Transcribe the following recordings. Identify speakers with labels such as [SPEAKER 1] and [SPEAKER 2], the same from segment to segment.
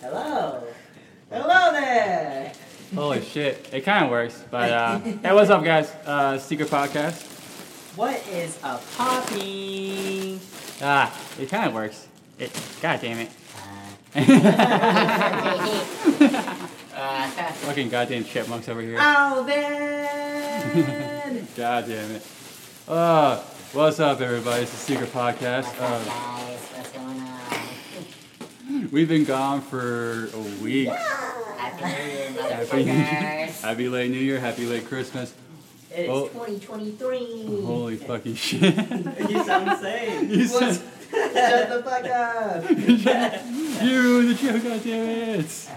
[SPEAKER 1] Hello. Hello there.
[SPEAKER 2] Holy shit. It kind of works. But uh, hey, what's up, guys? Uh, Secret Podcast.
[SPEAKER 1] What is a poppy?
[SPEAKER 2] Ah, it kind of works. It. God damn
[SPEAKER 1] Uh,
[SPEAKER 2] it.
[SPEAKER 1] uh,
[SPEAKER 2] Fucking goddamn chipmunks over here.
[SPEAKER 1] Alvin.
[SPEAKER 2] God damn it. Uh, what's up, everybody? It's the Secret Podcast.
[SPEAKER 1] What's up,
[SPEAKER 2] Uh,
[SPEAKER 1] guys? What's going on?
[SPEAKER 2] we've been gone for a week.
[SPEAKER 1] Happy New Year,
[SPEAKER 2] Happy-
[SPEAKER 1] motherfuckers.
[SPEAKER 2] Happy late New Year. Happy late Christmas.
[SPEAKER 1] It's
[SPEAKER 2] Oh.
[SPEAKER 1] 2023.
[SPEAKER 2] Holy fucking shit.
[SPEAKER 3] You sound insane.
[SPEAKER 2] you, said,
[SPEAKER 1] Shut the fuck up.
[SPEAKER 2] you ruined the joke, goddamn it.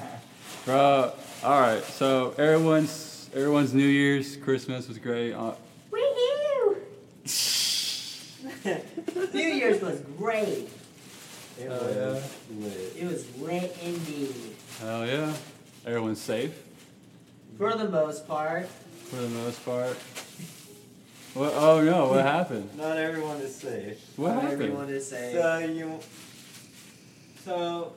[SPEAKER 2] Bro, all right. So everyone's everyone's New Year's, Christmas was great. Uh,
[SPEAKER 1] Woohoo! New Year's was great.
[SPEAKER 3] It
[SPEAKER 2] Oh,
[SPEAKER 3] was lit.
[SPEAKER 1] It was lit indeed.
[SPEAKER 2] hell yeah, everyone's safe
[SPEAKER 1] For the most part.
[SPEAKER 2] for the most part. What? Oh no, what happened?
[SPEAKER 3] Not everyone is safe.
[SPEAKER 2] What
[SPEAKER 1] not
[SPEAKER 2] happened?
[SPEAKER 1] everyone is safe.
[SPEAKER 3] So you. So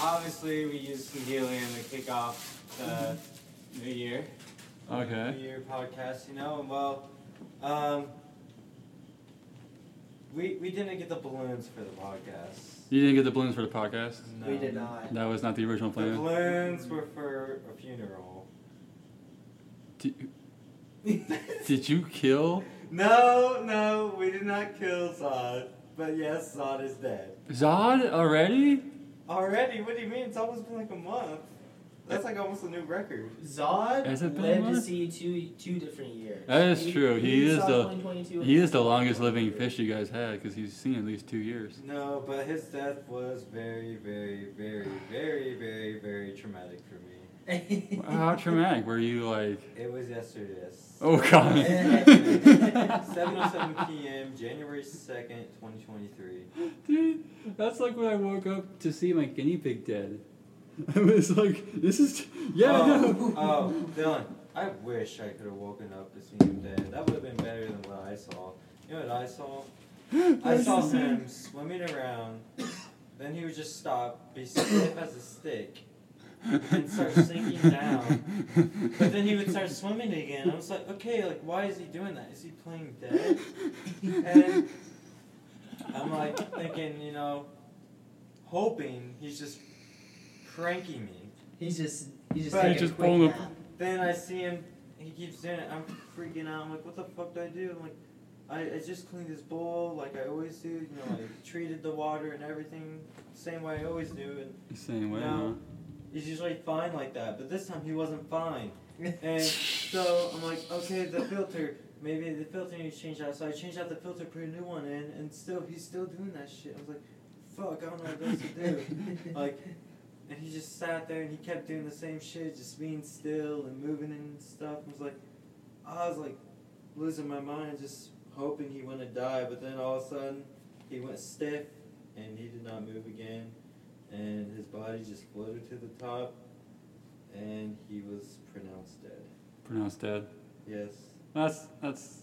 [SPEAKER 3] obviously we used some helium to kick off the new year.
[SPEAKER 2] Okay.
[SPEAKER 3] New year podcast, you know. And well, um, we we didn't get the balloons for the podcast.
[SPEAKER 2] You didn't get the balloons for the podcast.
[SPEAKER 1] We did not.
[SPEAKER 2] That was not the original
[SPEAKER 3] The
[SPEAKER 2] plan.
[SPEAKER 3] balloons were for a funeral.
[SPEAKER 2] Did, did you kill?
[SPEAKER 3] No, no, we did not kill Zod. But yes, Zod is dead.
[SPEAKER 2] Zod already?
[SPEAKER 3] Already? What do you mean? It's almost been like a month. That's like almost a new record.
[SPEAKER 1] Zod
[SPEAKER 2] Has it been a
[SPEAKER 1] lived to
[SPEAKER 2] month?
[SPEAKER 1] see two two different years.
[SPEAKER 2] That is true. He is
[SPEAKER 1] saw
[SPEAKER 2] the-
[SPEAKER 1] 2022
[SPEAKER 2] He is the longest living fish you guys had because he's seen at least two years.
[SPEAKER 3] No, but his death was very, very, very, very, very, very traumatic for me.
[SPEAKER 2] How traumatic were you? Like,
[SPEAKER 3] It was yesterday.
[SPEAKER 2] oh god.
[SPEAKER 3] 7:07 p.m. January 2nd, 2023.
[SPEAKER 2] Dude, that's like when I woke up to see my guinea pig dead. I was like, this is. Yeah, I
[SPEAKER 3] oh,
[SPEAKER 2] know.
[SPEAKER 3] oh, Dylan, I wish I could have woken up to see him dead. That would have been better than what I saw. You know what I saw? I
[SPEAKER 2] That's
[SPEAKER 3] saw
[SPEAKER 2] the same.
[SPEAKER 3] him swimming around. Then he would just stop, be stiff as a stick, and start sinking down. But then he would start swimming again. I was like, okay, like why is he doing that? Is he playing dead? And I'm like thinking, you know, hoping he's just pranking me.
[SPEAKER 1] he's just he's just
[SPEAKER 3] But
[SPEAKER 1] taking
[SPEAKER 3] he's
[SPEAKER 1] a
[SPEAKER 2] just
[SPEAKER 1] quick
[SPEAKER 2] pulling
[SPEAKER 1] nap.
[SPEAKER 3] Then I see him. He keeps doing it. I'm freaking out. I'm like, what the fuck did I do? I'm like, I, I just cleaned this bowl like I always do. You know, I treated the water and everything same way I always do. And
[SPEAKER 2] Same way,
[SPEAKER 3] No. he's usually fine like that. But this time he wasn't fine. And so I'm like, okay, the filter. Maybe the filter needs to change out. So I changed out the filter, put a new one in, and still he's still doing that shit. I was like, fuck, I don't know what else to do. Like, and he just sat there and he kept doing the same shit, just being still and moving and stuff. I was like, I was like losing my mind, just hoping he wouldn't die. But then all of a sudden, he went stiff and he did not move again. And his body just floated to the top and he was pronounced dead.
[SPEAKER 2] huh? Pronounced dead.
[SPEAKER 3] Yes.
[SPEAKER 2] That's. that's.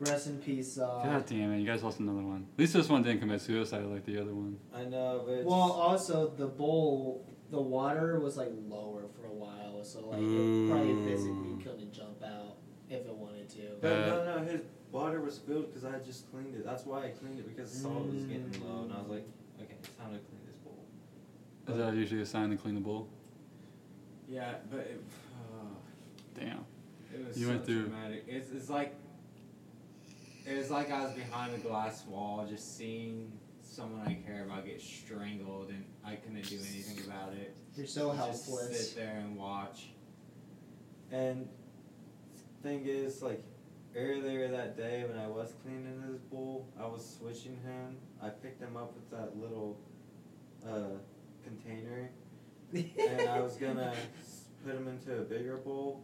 [SPEAKER 1] Rest in peace, Zod.
[SPEAKER 2] God damn it, you guys lost another one. At least this one didn't commit suicide like the other one.
[SPEAKER 3] I know, but.
[SPEAKER 1] Well, also the bowl, the water was like lower for a while, so like it
[SPEAKER 2] Ooh.
[SPEAKER 1] probably physically couldn't jump out if it wanted to.
[SPEAKER 3] But
[SPEAKER 2] Mm. Uh,
[SPEAKER 3] no, no, his water was filled because I had just cleaned it. That's why I cleaned it because the salt was getting low, and I was like, okay, it's time to clean this bowl.
[SPEAKER 2] Is that usually a sign to clean the bowl?
[SPEAKER 4] Yeah, but it, oh,
[SPEAKER 2] Damn.
[SPEAKER 4] it was
[SPEAKER 2] You
[SPEAKER 4] so
[SPEAKER 2] went through-
[SPEAKER 4] traumatic. It's, it's like it was like I was behind a glass wall, just seeing someone I care about get strangled, and I couldn't do anything about it.
[SPEAKER 1] You're so
[SPEAKER 4] Just
[SPEAKER 1] helpless.
[SPEAKER 4] sit there and watch.
[SPEAKER 3] And thing is, like earlier that day when I was cleaning his bowl, I was switching him. I picked him up with that little uh, container, and I was gonna s- put him into a bigger bowl,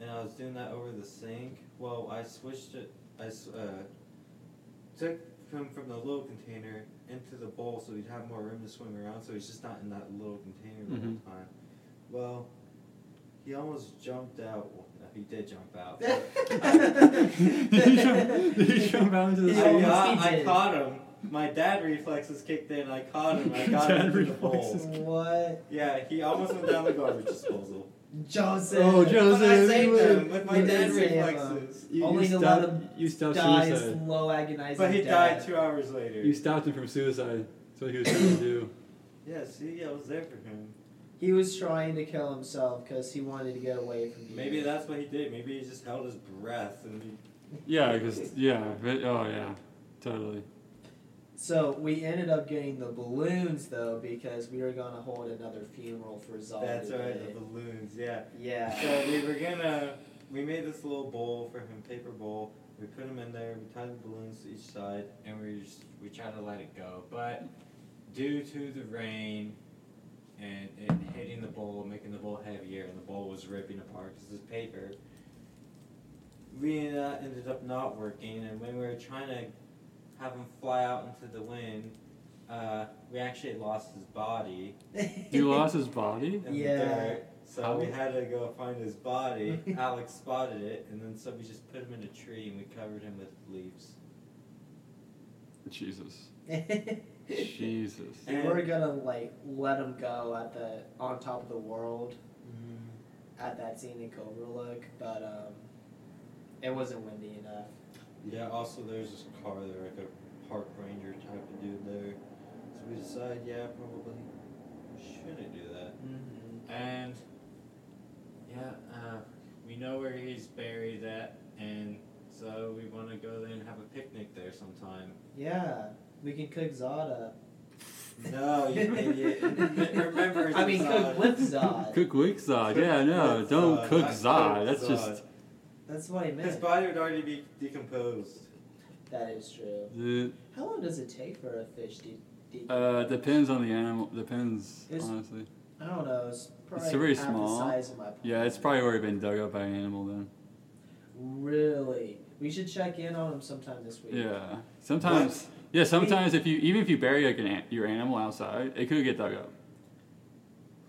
[SPEAKER 3] and I was doing that over the sink. Well, I switched it. I s- uh, took him from the little container into the bowl so he'd have more room to swim around. So he's just not in that little container the
[SPEAKER 2] Mhm.
[SPEAKER 3] whole time. Well, he almost jumped out. Well, no, he did jump out. but
[SPEAKER 2] did, you jump, did you jump out into the
[SPEAKER 3] I,
[SPEAKER 1] Yeah.
[SPEAKER 2] sea?
[SPEAKER 3] caught,
[SPEAKER 1] He
[SPEAKER 3] I
[SPEAKER 1] did.
[SPEAKER 3] caught him. my dad reflexes kicked in. I caught him. I got
[SPEAKER 2] Dad
[SPEAKER 3] him into the
[SPEAKER 2] reflexes.
[SPEAKER 3] bowl.
[SPEAKER 1] What?
[SPEAKER 3] Yeah, he almost went down the garbage disposal.
[SPEAKER 1] Joseph.
[SPEAKER 2] Oh,
[SPEAKER 3] But
[SPEAKER 2] Joseph.
[SPEAKER 3] I
[SPEAKER 2] you
[SPEAKER 3] saved
[SPEAKER 2] would-
[SPEAKER 3] him with my
[SPEAKER 1] you
[SPEAKER 3] dad
[SPEAKER 1] did save him.
[SPEAKER 3] reflexes.
[SPEAKER 2] You,
[SPEAKER 1] Only
[SPEAKER 2] you
[SPEAKER 1] to
[SPEAKER 2] stopped,
[SPEAKER 1] let him
[SPEAKER 2] you stopped
[SPEAKER 1] Dies
[SPEAKER 2] suicide.
[SPEAKER 1] low agonizing
[SPEAKER 3] But he
[SPEAKER 1] death.
[SPEAKER 3] died two hours later.
[SPEAKER 2] You stopped him from suicide. That's what he was trying to do.
[SPEAKER 3] Yeah, see, I was there for him.
[SPEAKER 1] He was trying to kill himself because he wanted to get away from you.
[SPEAKER 3] Maybe that's what he did. Maybe he just held his breath and he
[SPEAKER 2] Yeah, because yeah, but- oh yeah, totally.
[SPEAKER 1] So we ended up getting the balloons though because we were gonna hold another funeral for Zombie.
[SPEAKER 3] That's right,
[SPEAKER 1] Day.
[SPEAKER 3] the balloons, yeah.
[SPEAKER 1] Yeah.
[SPEAKER 3] So we were gonna, we made this little bowl for him, paper bowl. We put him in there, we tied the balloons to each side.
[SPEAKER 4] and we just we tried to let it go, but due to the rain and it hitting the bowl, making the bowl heavier, and the bowl was ripping apart because it's paper.
[SPEAKER 3] We uh, ended up not working, and when we were trying to have him fly out into the wind, uh, we actually lost his body
[SPEAKER 2] You lost his body.
[SPEAKER 3] in
[SPEAKER 1] Yeah.
[SPEAKER 3] the dirt. So
[SPEAKER 2] How-
[SPEAKER 3] we had to go find his body. Alex spotted it, and then so we just put him in a tree and we covered him with leaves.
[SPEAKER 2] Jesus,
[SPEAKER 1] we
[SPEAKER 2] Jesus.
[SPEAKER 1] were gonna like let him go at the on top of the world
[SPEAKER 4] Mm-hmm.
[SPEAKER 1] at that scene in Cobra Look, but um, it wasn't windy enough.
[SPEAKER 3] Yeah, also there's this car there, like a park ranger type of dude there. So we decide, yeah, probably shouldn't do that.
[SPEAKER 1] Mm-hmm.
[SPEAKER 4] And yeah, uh, we know where he's buried at, and so we want to go there and have a picnic there sometime.
[SPEAKER 1] Yeah, we can cook Zod
[SPEAKER 3] No, you idiot. Remember,
[SPEAKER 1] I mean, cook with Zod.
[SPEAKER 2] Cook Wick Zod. Yeah, no,
[SPEAKER 3] Cook
[SPEAKER 2] don't
[SPEAKER 3] Zod,
[SPEAKER 2] cook
[SPEAKER 3] not
[SPEAKER 2] Zod.
[SPEAKER 3] cook
[SPEAKER 2] That's just
[SPEAKER 1] That's what I
[SPEAKER 3] His
[SPEAKER 1] meant.
[SPEAKER 3] body would already be decomposed.
[SPEAKER 1] That is true.
[SPEAKER 2] it
[SPEAKER 1] How long does it take for a fish to? De-
[SPEAKER 2] uh, depends on the animal. Depends
[SPEAKER 1] It's-
[SPEAKER 2] honestly.
[SPEAKER 1] I don't know. It's probably
[SPEAKER 2] very
[SPEAKER 1] half
[SPEAKER 2] small.
[SPEAKER 1] the size of my. Palm.
[SPEAKER 2] Yeah, it's probably already been dug up by an animal then.
[SPEAKER 1] Really, we should check in on him sometime this week.
[SPEAKER 2] Yeah, sometimes. Yeah, sometimes if you even if you bury like an, an- your animal outside, it could get dug up.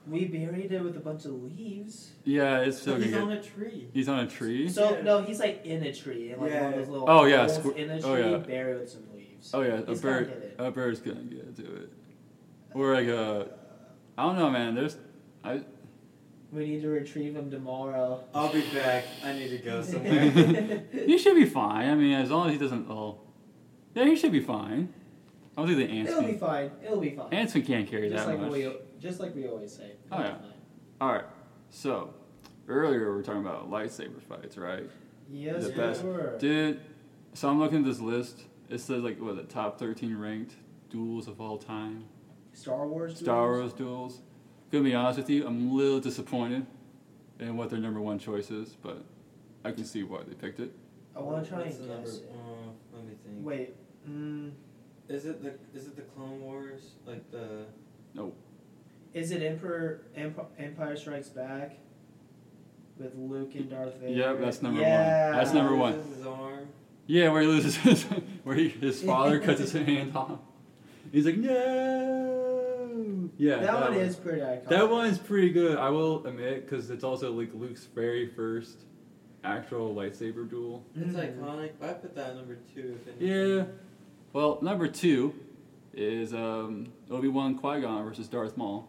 [SPEAKER 1] We buried it with a bunch of leaves.
[SPEAKER 2] Yeah, it's still gonna
[SPEAKER 3] He's
[SPEAKER 2] get.
[SPEAKER 3] on a tree.
[SPEAKER 2] he's on a tree.
[SPEAKER 1] So
[SPEAKER 3] Yeah.
[SPEAKER 1] no, he's like in a tree, in like one of those little
[SPEAKER 2] Oh, yeah,
[SPEAKER 1] holes
[SPEAKER 2] squ-
[SPEAKER 1] in a tree,
[SPEAKER 2] oh, yeah.
[SPEAKER 1] buried with some leaves.
[SPEAKER 2] Oh yeah, a
[SPEAKER 1] He's gonna
[SPEAKER 2] bird.
[SPEAKER 1] hit it.
[SPEAKER 2] A bird's gonna get to it. Or like a, I don't know, man. There's, I.
[SPEAKER 1] We need to retrieve him tomorrow.
[SPEAKER 3] I'll be back. I need to go somewhere.
[SPEAKER 2] he should be fine. I mean, as long as he doesn't. Oh, yeah, he should be fine. I don't think the ants.
[SPEAKER 1] It'll be
[SPEAKER 2] Can,
[SPEAKER 1] fine. It'll be fine.
[SPEAKER 2] ants can't carry
[SPEAKER 1] just
[SPEAKER 2] that
[SPEAKER 1] like
[SPEAKER 2] much.
[SPEAKER 1] we, just like we always say.
[SPEAKER 2] Oh, yeah. All right. So earlier we were talking about lightsaber fights, right?
[SPEAKER 1] Yes,
[SPEAKER 2] The
[SPEAKER 1] we
[SPEAKER 2] best.
[SPEAKER 1] were.
[SPEAKER 2] Dude, so I'm looking at this list. It says like what the top 13 ranked duels of all time.
[SPEAKER 1] Star Wars.
[SPEAKER 2] Star
[SPEAKER 1] duels?
[SPEAKER 2] Wars duels. Gonna be honest with you, I'm a little disappointed in what their number one choice is, but I can see why they picked it.
[SPEAKER 1] I want to try
[SPEAKER 3] What's
[SPEAKER 1] and
[SPEAKER 3] the number?
[SPEAKER 1] guess.
[SPEAKER 3] Uh, let me
[SPEAKER 1] it.
[SPEAKER 3] think.
[SPEAKER 1] Wait. Mm,
[SPEAKER 3] Is it the is it the Clone Wars? Like the
[SPEAKER 1] is it Emperor Emp- Empire Strikes Back with Luke and Darth Vader?
[SPEAKER 2] Yep, that's number one.
[SPEAKER 1] yeah.
[SPEAKER 2] That's number one.
[SPEAKER 3] This is his arm.
[SPEAKER 2] Yeah, where he loses his, where he, his father cuts his hand off. He's like, no. Yeah,
[SPEAKER 1] that, one, is pretty iconic.
[SPEAKER 2] That one's pretty good. I will admit, because it's also like Luke's very first actual lightsaber duel.
[SPEAKER 3] It's
[SPEAKER 1] Mhm.
[SPEAKER 3] iconic. But I put that number two. If anything.
[SPEAKER 2] Yeah. Well, number two is um, Obi Wan Qui Gon versus Darth Maul.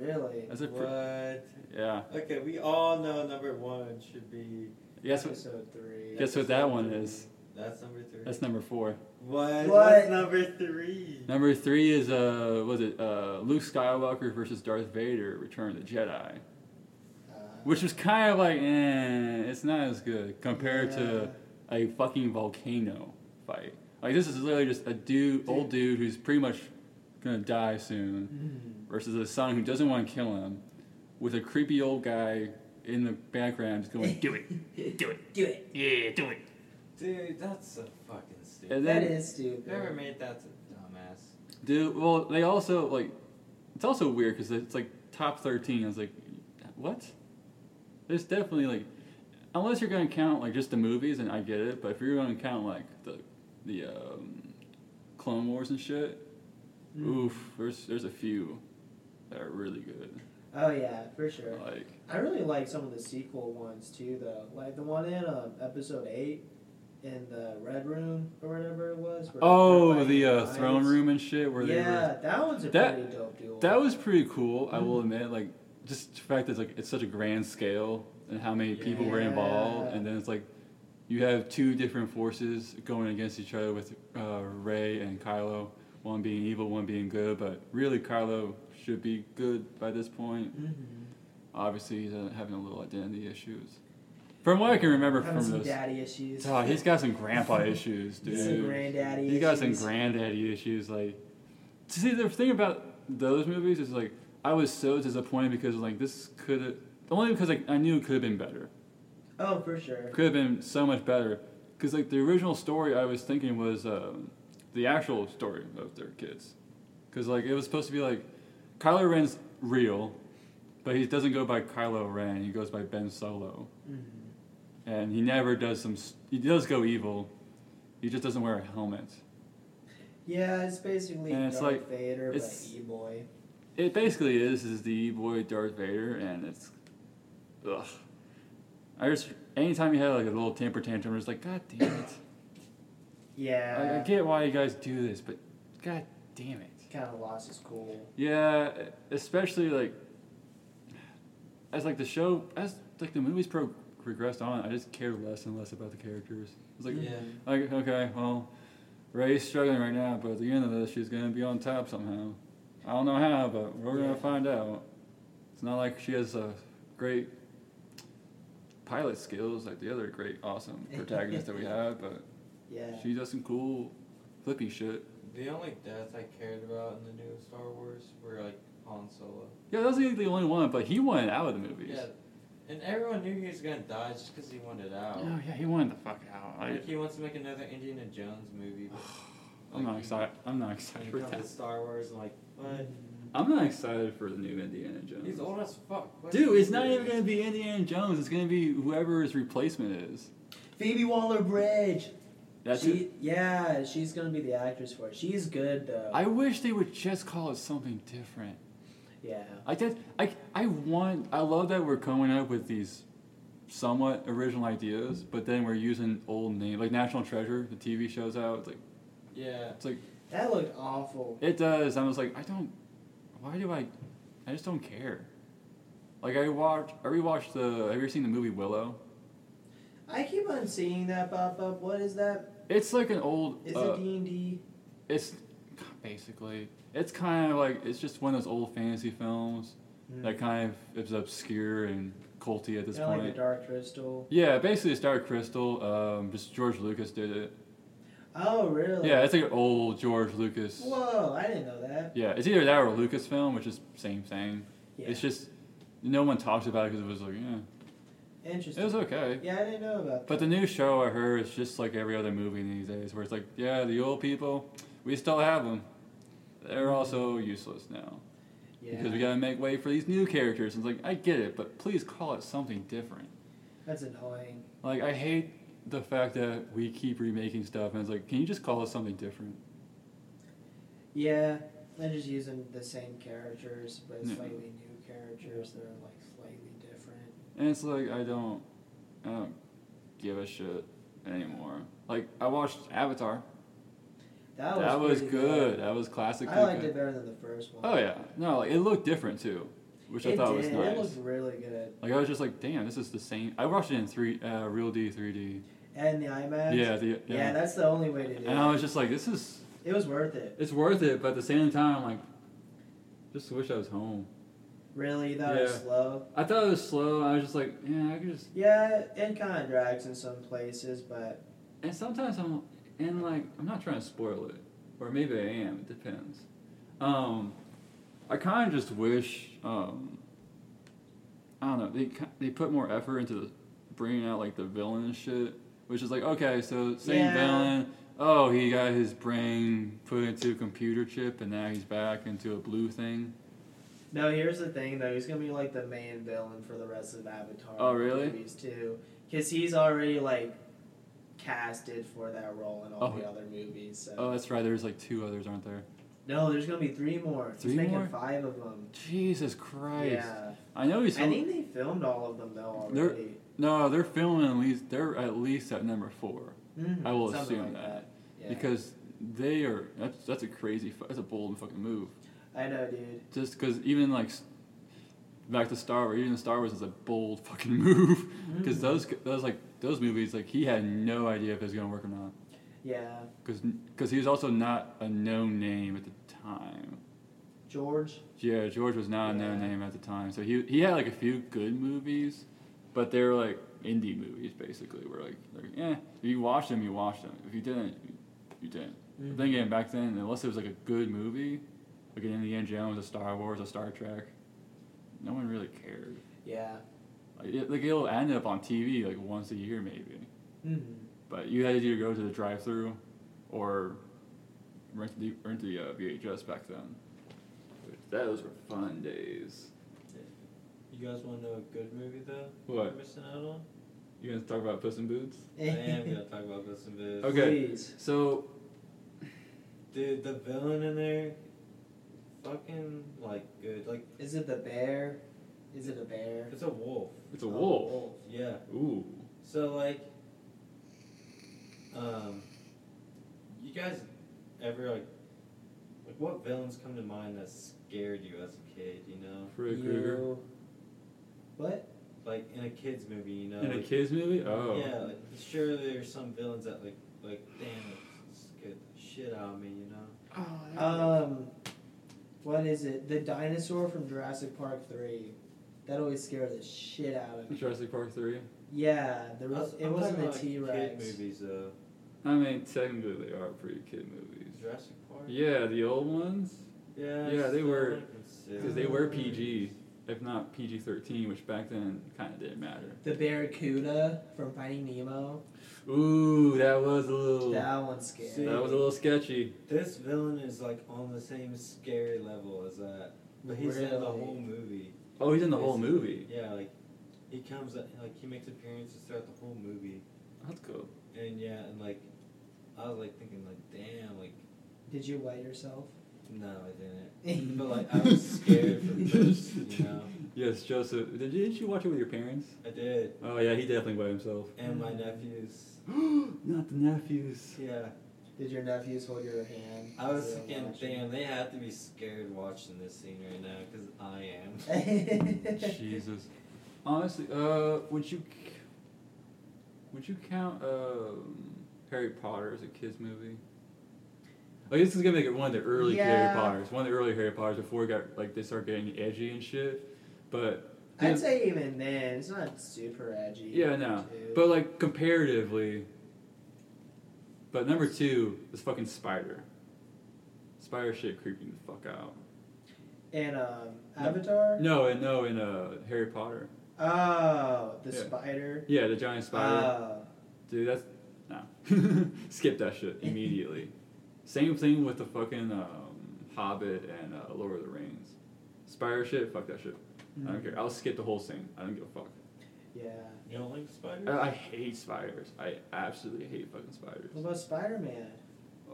[SPEAKER 1] Really?
[SPEAKER 2] That's a pre-
[SPEAKER 3] What?
[SPEAKER 2] yeah.
[SPEAKER 3] Okay, we all know number one should be.
[SPEAKER 2] Guess what?
[SPEAKER 1] Episode three.
[SPEAKER 2] Guess what that one is?
[SPEAKER 3] That's number three.
[SPEAKER 2] That's number four.
[SPEAKER 3] what?
[SPEAKER 1] What?
[SPEAKER 3] What's number three?
[SPEAKER 2] Number three is uh, was it uh, Luke Skywalker versus Darth Vader, Return of the Jedi,
[SPEAKER 1] Uh,
[SPEAKER 2] which was kind of like, eh, it's not as good compared to a fucking volcano fight. Like this is literally just a dude, old dude who's pretty much gonna die soon,
[SPEAKER 1] Mm.
[SPEAKER 2] versus a son who doesn't want to kill him, with a creepy old guy in the background just going, "Do it, do it,
[SPEAKER 1] Do it.
[SPEAKER 2] yeah, do it."
[SPEAKER 4] Dude, that's so fucking stupid.
[SPEAKER 2] And
[SPEAKER 1] That
[SPEAKER 2] then,
[SPEAKER 1] is stupid.
[SPEAKER 4] Whoever made that's a dumbass.
[SPEAKER 2] dude, well, they also like, it's also weird because it's like top thirteen. I was like, what? There's definitely like, unless you're gonna count like just the movies, and I get it, but if you're gonna count like the the um, Clone Wars and shit,
[SPEAKER 1] Mm.
[SPEAKER 2] oof, there's there's a few that are really good.
[SPEAKER 1] Oh yeah, for sure.
[SPEAKER 2] Like,
[SPEAKER 1] I really like some of the sequel ones too, though. Like the one in um, episode eight in the red room or whatever it was. where they're
[SPEAKER 2] Oh,
[SPEAKER 1] fighting
[SPEAKER 2] the uh,
[SPEAKER 1] lions.
[SPEAKER 2] throne room and shit where they were.
[SPEAKER 1] yeah, that was a
[SPEAKER 2] That-
[SPEAKER 1] pretty dope duel.
[SPEAKER 2] That was pretty cool. I will admit, like just the fact that it's like it's such a grand scale and how many people were involved,
[SPEAKER 1] Yeah.
[SPEAKER 2] and then it's like you have two different forces going against each other with uh, Ray and Kylo, one being evil, one being good. But really, Kylo should be good by this point.
[SPEAKER 1] Mhm.
[SPEAKER 2] Obviously, he's uh, having a little identity issues. From what I can remember
[SPEAKER 1] Having
[SPEAKER 2] from
[SPEAKER 1] some
[SPEAKER 2] those,
[SPEAKER 1] daddy issues.
[SPEAKER 2] oh, he's got some grandpa issues, dude.
[SPEAKER 1] Some granddaddy
[SPEAKER 2] He got some
[SPEAKER 1] issues.
[SPEAKER 2] granddaddy issues. Like, see, the thing about those movies is like, I was so disappointed because like this could have only because like I knew it could have been better.
[SPEAKER 1] oh, for sure.
[SPEAKER 2] Could have been so much better because like the original story I was thinking was um, the actual story of their kids because like it was supposed to be like Kylo Ren's real, but he doesn't go by Kylo Ren. He goes by Ben Solo,
[SPEAKER 1] Mhm.
[SPEAKER 2] and he never does some. s- He does go evil. He just doesn't wear a helmet.
[SPEAKER 1] Yeah, it's basically
[SPEAKER 2] And it's
[SPEAKER 1] Darth
[SPEAKER 2] like-
[SPEAKER 1] Vader,
[SPEAKER 2] it's-
[SPEAKER 1] but e-boy.
[SPEAKER 2] It basically is is the boy Darth Vader, and it's, ugh. I just anytime you had like a little temper tantrum, it's like God damn it. I, I
[SPEAKER 1] Yeah,
[SPEAKER 2] get why you guys do this, but God damn it.
[SPEAKER 1] kind of lost his cool.
[SPEAKER 2] Yeah, especially like as like the show as like the movies pro progressed on, I just cared less and less about the characters. It's like,
[SPEAKER 3] yeah.
[SPEAKER 2] like okay, well, Ray's struggling right now, but at the end of this, she's gonna be on top somehow. I don't know how, but we're
[SPEAKER 1] Yeah.
[SPEAKER 2] gonna find out. It's not like she has uh, great pilot skills like the other great awesome protagonist that we have, but
[SPEAKER 1] Yeah.
[SPEAKER 2] she does some cool flippy shit.
[SPEAKER 3] The only death I cared about in the new Star Wars were like Han Solo.
[SPEAKER 2] Yeah, that's like the only one, but he wanted out of the movies.
[SPEAKER 3] Yeah, and everyone knew he was gonna die just because he wanted out.
[SPEAKER 2] Oh yeah, he wanted the fuck out. I,
[SPEAKER 3] Like he wants to make another Indiana Jones movie. but,
[SPEAKER 2] I'm
[SPEAKER 3] like,
[SPEAKER 2] not excited. I'm not
[SPEAKER 3] When
[SPEAKER 2] excited
[SPEAKER 3] it
[SPEAKER 2] for
[SPEAKER 3] comes
[SPEAKER 2] that.
[SPEAKER 3] to Star Wars, I'm like, what?
[SPEAKER 1] Mm-hmm.
[SPEAKER 2] I'm not excited for the new Indiana Jones.
[SPEAKER 3] He's old as fuck. What is
[SPEAKER 2] Mm. Dude,
[SPEAKER 3] he
[SPEAKER 2] it's not
[SPEAKER 3] doing?
[SPEAKER 2] even gonna be Indiana Jones. It's gonna be whoever his replacement is.
[SPEAKER 1] Phoebe Waller-Bridge.
[SPEAKER 2] That's
[SPEAKER 1] she,
[SPEAKER 2] it.
[SPEAKER 1] Yeah, she's gonna be the actress for it. She's good though.
[SPEAKER 2] I wish they would just call it something different.
[SPEAKER 1] yeah.
[SPEAKER 2] I just, I, I want. I love that we're coming up with these somewhat original ideas, but then we're using old names like National Treasure. The TV shows out. It's like,
[SPEAKER 3] Yeah.
[SPEAKER 2] it's like
[SPEAKER 1] That looked awful.
[SPEAKER 2] It does. I was like, I don't. Why do I? I just don't care. Like I watched. I rewatched the. Have you ever seen the movie Willow?
[SPEAKER 1] I keep on seeing that pop up. What is that?
[SPEAKER 2] It's like an old.
[SPEAKER 1] Is
[SPEAKER 2] uh,
[SPEAKER 1] it D and D?
[SPEAKER 2] It's basically. It's kind of like it's just one of those old fantasy films that kind of is obscure and culty at
[SPEAKER 1] Kind of
[SPEAKER 2] this
[SPEAKER 1] Mm. like
[SPEAKER 2] point.
[SPEAKER 1] the Dark Crystal.
[SPEAKER 2] yeah, basically, it's Dark Crystal. Um, just George Lucas did it.
[SPEAKER 1] Oh really?
[SPEAKER 2] Yeah, it's like an old George Lucas.
[SPEAKER 1] Whoa! I didn't know that.
[SPEAKER 2] Yeah, it's either that or Lucasfilm, which is same thing.
[SPEAKER 1] Yeah.
[SPEAKER 2] It's just no one talks about it because it was like, yeah,
[SPEAKER 1] Interesting.
[SPEAKER 2] it was okay.
[SPEAKER 1] yeah, I didn't know about.
[SPEAKER 2] But the new show I heard is just like every other movie these days, where it's like, yeah, the old people, we still have them. They're
[SPEAKER 1] Mm-hmm.
[SPEAKER 2] also useless now
[SPEAKER 1] yeah.
[SPEAKER 2] because we gotta make way for these new characters. And it's like, I get it, but please call it something different.
[SPEAKER 1] That's annoying.
[SPEAKER 2] Like, I hate the fact that we keep remaking stuff, and it's like, can you just call it something different?
[SPEAKER 1] Yeah, they're just using the same characters, but
[SPEAKER 2] Yeah.
[SPEAKER 1] slightly new characters that are like slightly different.
[SPEAKER 2] And it's like, I don't, I don't give a shit anymore. Like, I watched Avatar.
[SPEAKER 1] That
[SPEAKER 2] That
[SPEAKER 1] was,
[SPEAKER 2] was, good.
[SPEAKER 1] pretty
[SPEAKER 2] That was classic.
[SPEAKER 1] I liked it better than the first one.
[SPEAKER 2] Oh yeah, no, like, it looked different too, which I
[SPEAKER 1] it
[SPEAKER 2] thought
[SPEAKER 1] did.
[SPEAKER 2] was nice.
[SPEAKER 1] It looked really good.
[SPEAKER 2] Like I was just like, damn, this is the same. I watched it in three, uh, real D, three D.
[SPEAKER 1] And the IMAX.
[SPEAKER 2] Yeah, the, yeah.
[SPEAKER 1] Yeah, that's the only way to do
[SPEAKER 2] and I
[SPEAKER 1] it.
[SPEAKER 2] was just like, this is,
[SPEAKER 1] It was worth it.
[SPEAKER 2] it's worth it, but at the same time, I'm like, just wish I was home.
[SPEAKER 1] Really, that was
[SPEAKER 2] Yeah.
[SPEAKER 1] slow.
[SPEAKER 2] I thought it was slow. I was just like, yeah, I could just.
[SPEAKER 1] Yeah, it kind of drags in some places, but
[SPEAKER 2] And sometimes I'm, and like, I'm not trying to spoil it, or maybe I am. It depends. Um, I kind of just wish, um, I don't know. They ki- they put more effort into the, bringing out like the villain and shit, which is like okay, so same
[SPEAKER 1] Yeah.
[SPEAKER 2] villain. Oh, he got his brain put into a computer chip, and now he's back into a blue thing.
[SPEAKER 1] no. Here's the thing, though. He's gonna be like the main villain for the rest of Avatar.
[SPEAKER 2] Oh, really?
[SPEAKER 1] Movies too, because he's already like casted for that role in all
[SPEAKER 2] Oh.
[SPEAKER 1] the other movies. So.
[SPEAKER 2] Oh, that's right. There's like two others, aren't there?
[SPEAKER 1] No, there's gonna be three more.
[SPEAKER 2] Three
[SPEAKER 1] he's making
[SPEAKER 2] more?
[SPEAKER 1] five of them.
[SPEAKER 2] Jesus Christ!
[SPEAKER 1] Yeah,
[SPEAKER 2] I know he's.
[SPEAKER 1] I think they filmed all of them though
[SPEAKER 2] They're-
[SPEAKER 1] already.
[SPEAKER 2] No, they're filming at least. They're at least at number four.
[SPEAKER 1] Mhm,
[SPEAKER 2] I will
[SPEAKER 1] something
[SPEAKER 2] assume
[SPEAKER 1] like
[SPEAKER 2] that.
[SPEAKER 1] Yeah.
[SPEAKER 2] because they are that's that's a crazy fu- that's a bold fucking move.
[SPEAKER 1] I know, dude.
[SPEAKER 2] Just because even like s- back to Star Wars, even Star Wars is a bold fucking move because
[SPEAKER 1] Mhm.
[SPEAKER 2] those those like those movies like he had no idea if it was gonna work or not
[SPEAKER 1] Yeah,
[SPEAKER 2] because he was also not a known name at the time.
[SPEAKER 1] George.
[SPEAKER 2] Yeah, George was not a known
[SPEAKER 1] Yeah.
[SPEAKER 2] name at the time, so he he had like a few good movies, but they were like indie movies basically. Where like, like eh, if you watched them, you watched them. If you didn't, you, you didn't. But then again, back then, unless it was like a good movie, like an Indiana Jones, a Star Wars, a Star Trek, no one really cared.
[SPEAKER 1] Yeah.
[SPEAKER 2] Like, it, like it'll end up on TV like once a year maybe,
[SPEAKER 1] Mm-hmm.
[SPEAKER 2] but you had to either go to the drive-through, or rent the rent the uh, VHS back then. Those were fun days.
[SPEAKER 3] You guys want to know a good movie though?
[SPEAKER 2] What?
[SPEAKER 3] We're missing out on.
[SPEAKER 2] You gonna talk about Puss in Boots?
[SPEAKER 3] I am gonna talk about this in this.
[SPEAKER 2] Okay.
[SPEAKER 1] Please.
[SPEAKER 2] So
[SPEAKER 3] Dude, the villain in there, fucking like good. Like
[SPEAKER 1] Is it the bear? Is it a bear?
[SPEAKER 3] it's a wolf.
[SPEAKER 2] it's a
[SPEAKER 1] Oh,
[SPEAKER 2] wolf.
[SPEAKER 3] Yeah.
[SPEAKER 2] Ooh.
[SPEAKER 3] So like, um, you guys ever like, like what villains come to mind that scared you as a kid? You know,
[SPEAKER 2] Freddy Krueger.
[SPEAKER 1] You- What?
[SPEAKER 3] like in a kids movie. You know.
[SPEAKER 2] In a
[SPEAKER 3] like-
[SPEAKER 2] kids movie? Oh.
[SPEAKER 3] Yeah. Like, sure, there's some villains that like like damn, it's scared the shit out of me. You know.
[SPEAKER 1] Um, what is it? The dinosaur from Jurassic Park three. That always scared the shit out of me.
[SPEAKER 2] Jurassic Park three.
[SPEAKER 1] Yeah, there was,
[SPEAKER 3] I was-
[SPEAKER 1] it
[SPEAKER 3] I'm
[SPEAKER 1] wasn't
[SPEAKER 3] talking
[SPEAKER 1] a
[SPEAKER 3] about, like,
[SPEAKER 1] T Rex.
[SPEAKER 3] Kid movies though.
[SPEAKER 2] I mean, technically they are pretty kid movies.
[SPEAKER 3] Jurassic Park.
[SPEAKER 2] Yeah, the old ones,
[SPEAKER 3] Yeah.
[SPEAKER 2] Yeah, they
[SPEAKER 3] still
[SPEAKER 2] were-
[SPEAKER 3] wouldn't consider
[SPEAKER 2] because they were
[SPEAKER 3] it.
[SPEAKER 2] PG, if not PG thirteen, which back then kind of didn't matter.
[SPEAKER 1] The Barracuda from Finding Nemo.
[SPEAKER 2] Ooh, that was a little.
[SPEAKER 1] That one's scary.
[SPEAKER 3] See?
[SPEAKER 2] that was a little sketchy.
[SPEAKER 3] This villain is like on the same scary level as that, but he's in the
[SPEAKER 1] Really?
[SPEAKER 3] whole movie.
[SPEAKER 2] Oh, he's in the whole movie.
[SPEAKER 3] Yeah, like he comes up- like he makes appearances throughout the whole movie,
[SPEAKER 2] That's cool.
[SPEAKER 3] and yeah, and like I was like thinking like, damn, like
[SPEAKER 1] Did you wet yourself?
[SPEAKER 3] no, I didn't, but like I was scared for this, you know.
[SPEAKER 2] Yes, Joseph. Did you, didn't you watch it with your parents?
[SPEAKER 3] I did,
[SPEAKER 2] Oh yeah, he definitely by himself.
[SPEAKER 3] and my nephews.
[SPEAKER 2] Not the nephews.
[SPEAKER 3] Yeah,
[SPEAKER 1] Did your nephews hold your hand?
[SPEAKER 3] I was
[SPEAKER 1] as they were
[SPEAKER 3] thinking, damn, they have to be scared watching this scene right now because I am.
[SPEAKER 2] Eh.
[SPEAKER 1] watching?
[SPEAKER 2] Jesus. Honestly, uh, would you c- would you count um, Harry Potter as a kids movie? Like this is gonna make it one of the early
[SPEAKER 1] Yeah.
[SPEAKER 2] Harry Potters, one of the early Harry Potters before it got like they start getting edgy and shit. But
[SPEAKER 1] I'd say even then, it's not super edgy.
[SPEAKER 2] yeah, no.
[SPEAKER 1] too.
[SPEAKER 2] But like comparatively, but number two is fucking Spider. Spider shit creeping the fuck out.
[SPEAKER 1] and um,
[SPEAKER 2] No.
[SPEAKER 1] Avatar.
[SPEAKER 2] No, and no, in uh, Harry Potter.
[SPEAKER 1] Oh, the
[SPEAKER 2] Yeah.
[SPEAKER 1] spider.
[SPEAKER 2] Yeah, the giant spider.
[SPEAKER 1] Oh.
[SPEAKER 2] Dude, that's no. Skip that shit immediately. Same thing with the fucking um, Hobbit and uh, Lord of the Rings. Spider shit, fuck that shit. I
[SPEAKER 1] Mm-hmm.
[SPEAKER 2] don't care. I'll skip the whole scene. I don't give a fuck.
[SPEAKER 1] Yeah.
[SPEAKER 3] You don't like spiders?
[SPEAKER 2] Uh, I, I hate spiders. I absolutely hate fucking spiders.
[SPEAKER 1] What about Spider Man?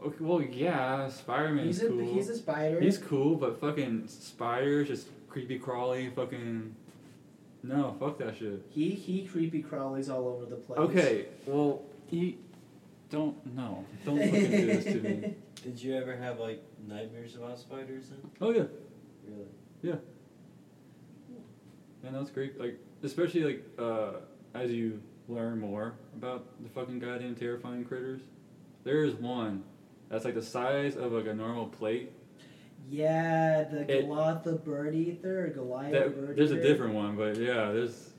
[SPEAKER 2] Okay, well, yeah, Spider Man's
[SPEAKER 1] He's a
[SPEAKER 2] cool.
[SPEAKER 1] he's a spider.
[SPEAKER 2] He's cool, but fucking spiders, just creepy crawly, fucking. No, fuck that shit.
[SPEAKER 1] he he creepy crawlies all over the place.
[SPEAKER 2] Okay, well, he. Don't, no. Don't fucking do this to me.
[SPEAKER 3] Did you ever have like nightmares about spiders? Then?
[SPEAKER 2] Oh, yeah.
[SPEAKER 3] Really?
[SPEAKER 2] Man, that was great. Like, especially like uh, as you learn more about the fucking goddamn terrifying critters, there is one that's like the size of like a normal plate.
[SPEAKER 1] yeah, the
[SPEAKER 2] It-
[SPEAKER 1] Goliath the bird eater, or Goliath the bird
[SPEAKER 2] That, there's a
[SPEAKER 1] eater.
[SPEAKER 2] different one, but yeah, there's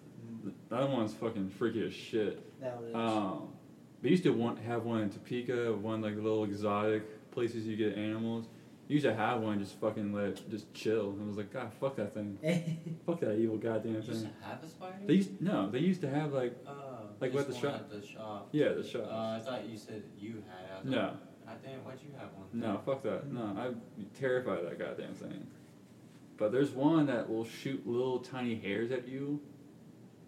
[SPEAKER 2] that one's fucking freaky as shit.
[SPEAKER 1] That one is.
[SPEAKER 2] Um, they used to want have one in Topeka, one like little exotic places you get animals. You used to have one just fucking let just chill. And I was like, God, fuck that thing, fuck that evil goddamn
[SPEAKER 4] You used
[SPEAKER 2] thing.
[SPEAKER 4] to have a spider?
[SPEAKER 2] They used no, they used to have like
[SPEAKER 4] oh,
[SPEAKER 2] like
[SPEAKER 4] just
[SPEAKER 2] what the
[SPEAKER 4] one
[SPEAKER 2] shop-
[SPEAKER 4] At the shop.
[SPEAKER 2] yeah the shop.
[SPEAKER 4] Uh, I thought you said you had. I was
[SPEAKER 2] no.
[SPEAKER 4] Like, I think why'd you have one?
[SPEAKER 2] No, fuck that. No, I'm terrified of that goddamn thing. But there's one that will shoot little tiny hairs at you,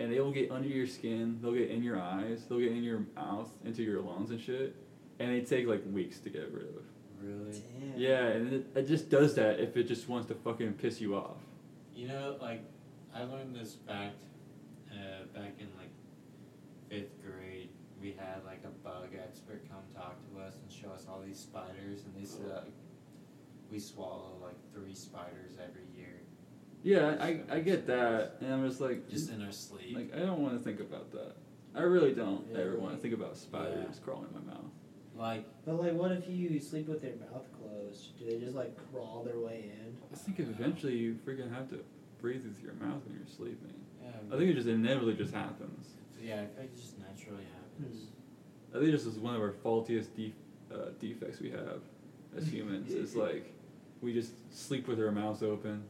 [SPEAKER 2] and they will get under your skin, they'll get in your eyes, they'll get in your mouth, into your lungs and shit, and they take like weeks to get rid of.
[SPEAKER 4] Really?
[SPEAKER 1] Damn.
[SPEAKER 2] Yeah, and it, it just does that if it just wants to fucking piss you off.
[SPEAKER 4] You know, like I learned this fact uh, back in like fifth grade. we had like a bug expert come talk to us and show us all these spiders, and they said like, we swallow like three spiders every year
[SPEAKER 2] Yeah, I, I get that, and I'm just like,
[SPEAKER 4] just in our sleep.
[SPEAKER 2] like I don't want to think about that. I really don't
[SPEAKER 3] Yeah.
[SPEAKER 2] ever want to think about spiders crawling in my mouth.
[SPEAKER 4] like
[SPEAKER 1] But like, what if you sleep with their mouth closed? Do they just like crawl their way in?
[SPEAKER 2] I think eventually you freaking have to breathe with your mouth when you're sleeping. I
[SPEAKER 4] yeah,
[SPEAKER 2] think it just inevitably just happens.
[SPEAKER 4] yeah, I think it just naturally happens.
[SPEAKER 2] I think this is one of our faultiest def- uh, defects we have as humans. is like we just sleep with our mouths open,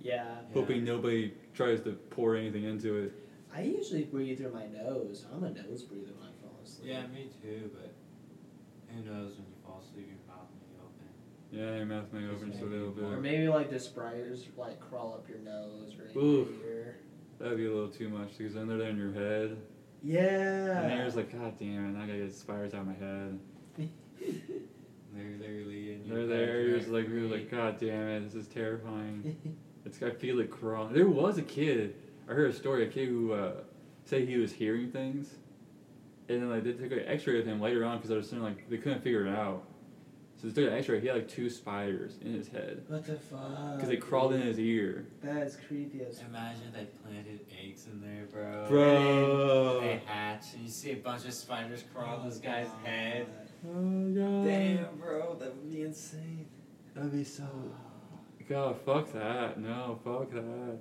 [SPEAKER 1] Yeah,
[SPEAKER 2] hoping nobody tries to pour anything into it.
[SPEAKER 1] I usually breathe through my nose. I'm a nose breather when I fall asleep.
[SPEAKER 4] Yeah, me too. But who knows when you fall asleep, your mouth may be open.
[SPEAKER 2] Yeah, your mouth may open just a little
[SPEAKER 1] Or
[SPEAKER 2] bit.
[SPEAKER 1] maybe like the spiders like crawl up your nose or in
[SPEAKER 2] Oof.
[SPEAKER 1] your ear.
[SPEAKER 2] That'd be a little too much because then they're there in your head, and then
[SPEAKER 1] Yeah.
[SPEAKER 2] you're just like, God damn it, I gotta get spiders out of my head.
[SPEAKER 4] They're literally in.
[SPEAKER 2] They're
[SPEAKER 4] your
[SPEAKER 2] there, you're
[SPEAKER 4] bedroom
[SPEAKER 2] just like,
[SPEAKER 4] every
[SPEAKER 2] you're
[SPEAKER 4] week.
[SPEAKER 2] like, God damn it, this is terrifying. It's I feel it crawling. There was a kid. I heard a story. A kid who uh, said he was hearing things, and then like they took an X-ray of him later on because I was like they couldn't figure it out. So they took an X-ray. He had like two spiders in his head
[SPEAKER 1] what the fuck?
[SPEAKER 2] because they crawled in his ear.
[SPEAKER 1] That's creepy as.
[SPEAKER 4] Imagine they planted eggs in there, bro.
[SPEAKER 2] Bro.
[SPEAKER 4] They hatch and you see a bunch of spiders crawl this guy's
[SPEAKER 1] God.
[SPEAKER 4] head.
[SPEAKER 2] Oh god.
[SPEAKER 4] Damn, bro, that would be insane.
[SPEAKER 2] That'd be so. God, fuck that. No, fuck that.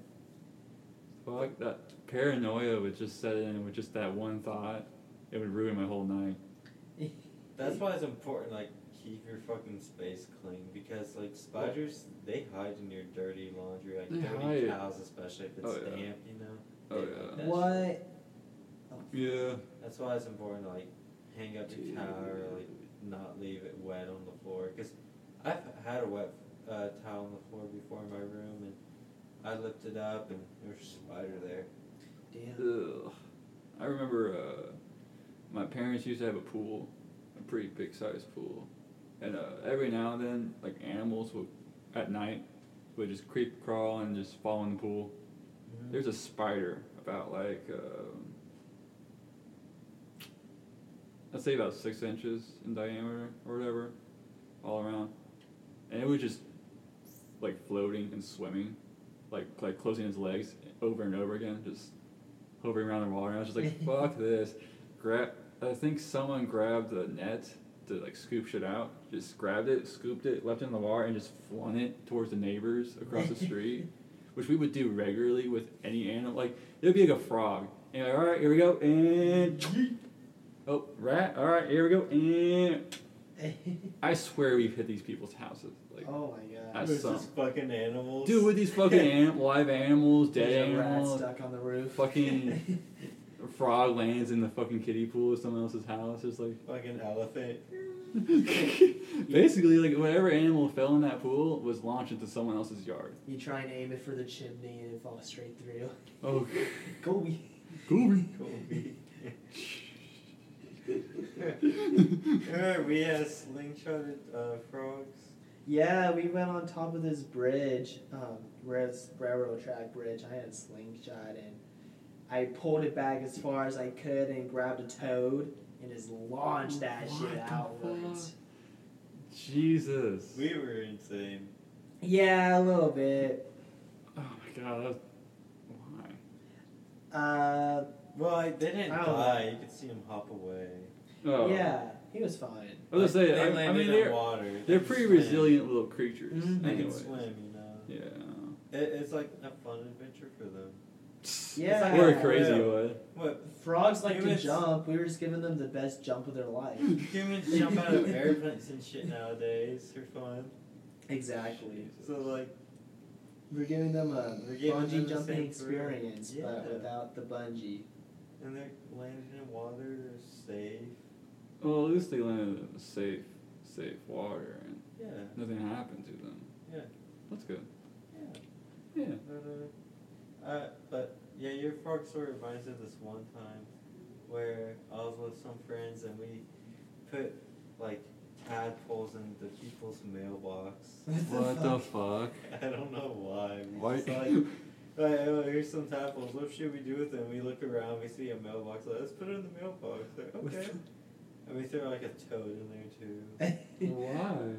[SPEAKER 2] Fuck that. Paranoia would just set in with just that one thought. It would ruin my whole night.
[SPEAKER 3] That's why it's important, like, keep your fucking space clean because, like, spiders, they hide in your dirty laundry, like
[SPEAKER 2] They
[SPEAKER 3] dirty
[SPEAKER 2] hide.
[SPEAKER 3] towels, especially if it's
[SPEAKER 2] Oh, yeah.
[SPEAKER 3] damp, you
[SPEAKER 2] Oh
[SPEAKER 3] know. They like
[SPEAKER 2] yeah.
[SPEAKER 3] that shit.
[SPEAKER 1] What?
[SPEAKER 2] Yeah.
[SPEAKER 3] That's why it's important to like hang up your towel or like not leave it wet on the floor. Cause I've had a wet uh, towel on the floor before in my room, and I lifted up and there was a spider there.
[SPEAKER 1] Oh, Damn.
[SPEAKER 2] Ugh. I remember uh, my parents used to have a pool, a pretty big sized pool, and uh, every now and then, like animals would, at night, would just creep, crawl, and just fall in the pool. There's a spider about like, um, I'd say about six inches in diameter or whatever, all around, and it was just like floating and swimming, like like closing his legs over and over again, just hovering around the water. And I was just like, fuck this. Grab. I think someone grabbed the net to like scoop shit out. Just grabbed it, scooped it, left it in the water, and just flung it towards the neighbors across the street, which we would do regularly with any animal. Like it'd be like a frog. And like, all right, here we go, and yeet. oh rat. All right, here we go, and I swear we've hit these people's houses. Like
[SPEAKER 1] oh my
[SPEAKER 2] I
[SPEAKER 1] god.
[SPEAKER 2] There's
[SPEAKER 3] There's
[SPEAKER 2] some-
[SPEAKER 3] just fucking animals.
[SPEAKER 2] dude, with these fucking anim- live animals, dead
[SPEAKER 1] There's a rat
[SPEAKER 2] animals,
[SPEAKER 1] stuck on the roof.
[SPEAKER 2] fucking frog lands in the fucking kiddie pool of someone else's house. It's like
[SPEAKER 3] fucking elephant.
[SPEAKER 2] basically like whatever animal fell in that pool was launched into someone else's yard.
[SPEAKER 1] you try and aim it for the chimney and it falls straight through.
[SPEAKER 2] Oh,
[SPEAKER 1] Kobe.
[SPEAKER 2] Gooby.
[SPEAKER 3] Cool. Remember we had slingshotted uh, frogs.
[SPEAKER 1] Yeah, we went on top of this bridge, um, where it's railroad track bridge. I had a slingshot and I pulled it back as far as I could and grabbed a toad and just launched that
[SPEAKER 2] What
[SPEAKER 1] shit
[SPEAKER 2] the
[SPEAKER 1] outwards.
[SPEAKER 2] Jesus.
[SPEAKER 3] We were insane.
[SPEAKER 1] Yeah, a little bit.
[SPEAKER 2] oh my god. That was, why?
[SPEAKER 1] Uh,
[SPEAKER 3] Well, like, they didn't
[SPEAKER 1] Ow.
[SPEAKER 3] die. You could see them hop away.
[SPEAKER 2] Oh.
[SPEAKER 1] yeah, he was fine.
[SPEAKER 2] I was gonna say.
[SPEAKER 3] Like, they
[SPEAKER 2] I, I
[SPEAKER 3] landed
[SPEAKER 2] mean,
[SPEAKER 3] in
[SPEAKER 2] they're
[SPEAKER 3] water. They
[SPEAKER 2] they're
[SPEAKER 3] can
[SPEAKER 2] pretty
[SPEAKER 3] swim.
[SPEAKER 2] resilient little creatures.
[SPEAKER 1] Mhm.
[SPEAKER 3] They can
[SPEAKER 2] anyways.
[SPEAKER 3] swim, you know.
[SPEAKER 2] Yeah.
[SPEAKER 3] It, it's like a fun adventure for them.
[SPEAKER 1] Yeah.
[SPEAKER 2] We're a crazy
[SPEAKER 3] Yeah.
[SPEAKER 2] one.
[SPEAKER 3] What?
[SPEAKER 1] Frogs like to
[SPEAKER 3] Humans-
[SPEAKER 1] jump. We were just giving them the best jump of their life.
[SPEAKER 3] Hmm. Humans jump out of airplanes and shit nowadays for fun.
[SPEAKER 1] exactly.
[SPEAKER 3] So like,
[SPEAKER 1] We're giving them a
[SPEAKER 3] We're giving
[SPEAKER 1] bungee
[SPEAKER 3] them the
[SPEAKER 1] jumping
[SPEAKER 3] same thrill.
[SPEAKER 1] experience, but
[SPEAKER 3] Yeah.
[SPEAKER 1] without the bungee.
[SPEAKER 3] and they're landing in water, they're safe.
[SPEAKER 2] Well, at least they landed in safe, safe water, and
[SPEAKER 3] Yeah,
[SPEAKER 2] nothing happened to them.
[SPEAKER 3] Yeah.
[SPEAKER 2] That's good.
[SPEAKER 3] yeah.
[SPEAKER 2] Yeah.
[SPEAKER 3] No, no, no. Uh, but yeah, your frog story reminds me of this one time where I was with some friends and we put like tadpoles in the people's mailbox.
[SPEAKER 2] What the fuck?
[SPEAKER 3] I don't know why. We
[SPEAKER 2] Why?
[SPEAKER 3] Just, like, Like, oh, here's some tassels. What should we do with them? We look around. We see a mailbox. Like, let's put it in the mailbox. Like, okay. and we throw like a toad in there too,
[SPEAKER 2] Why?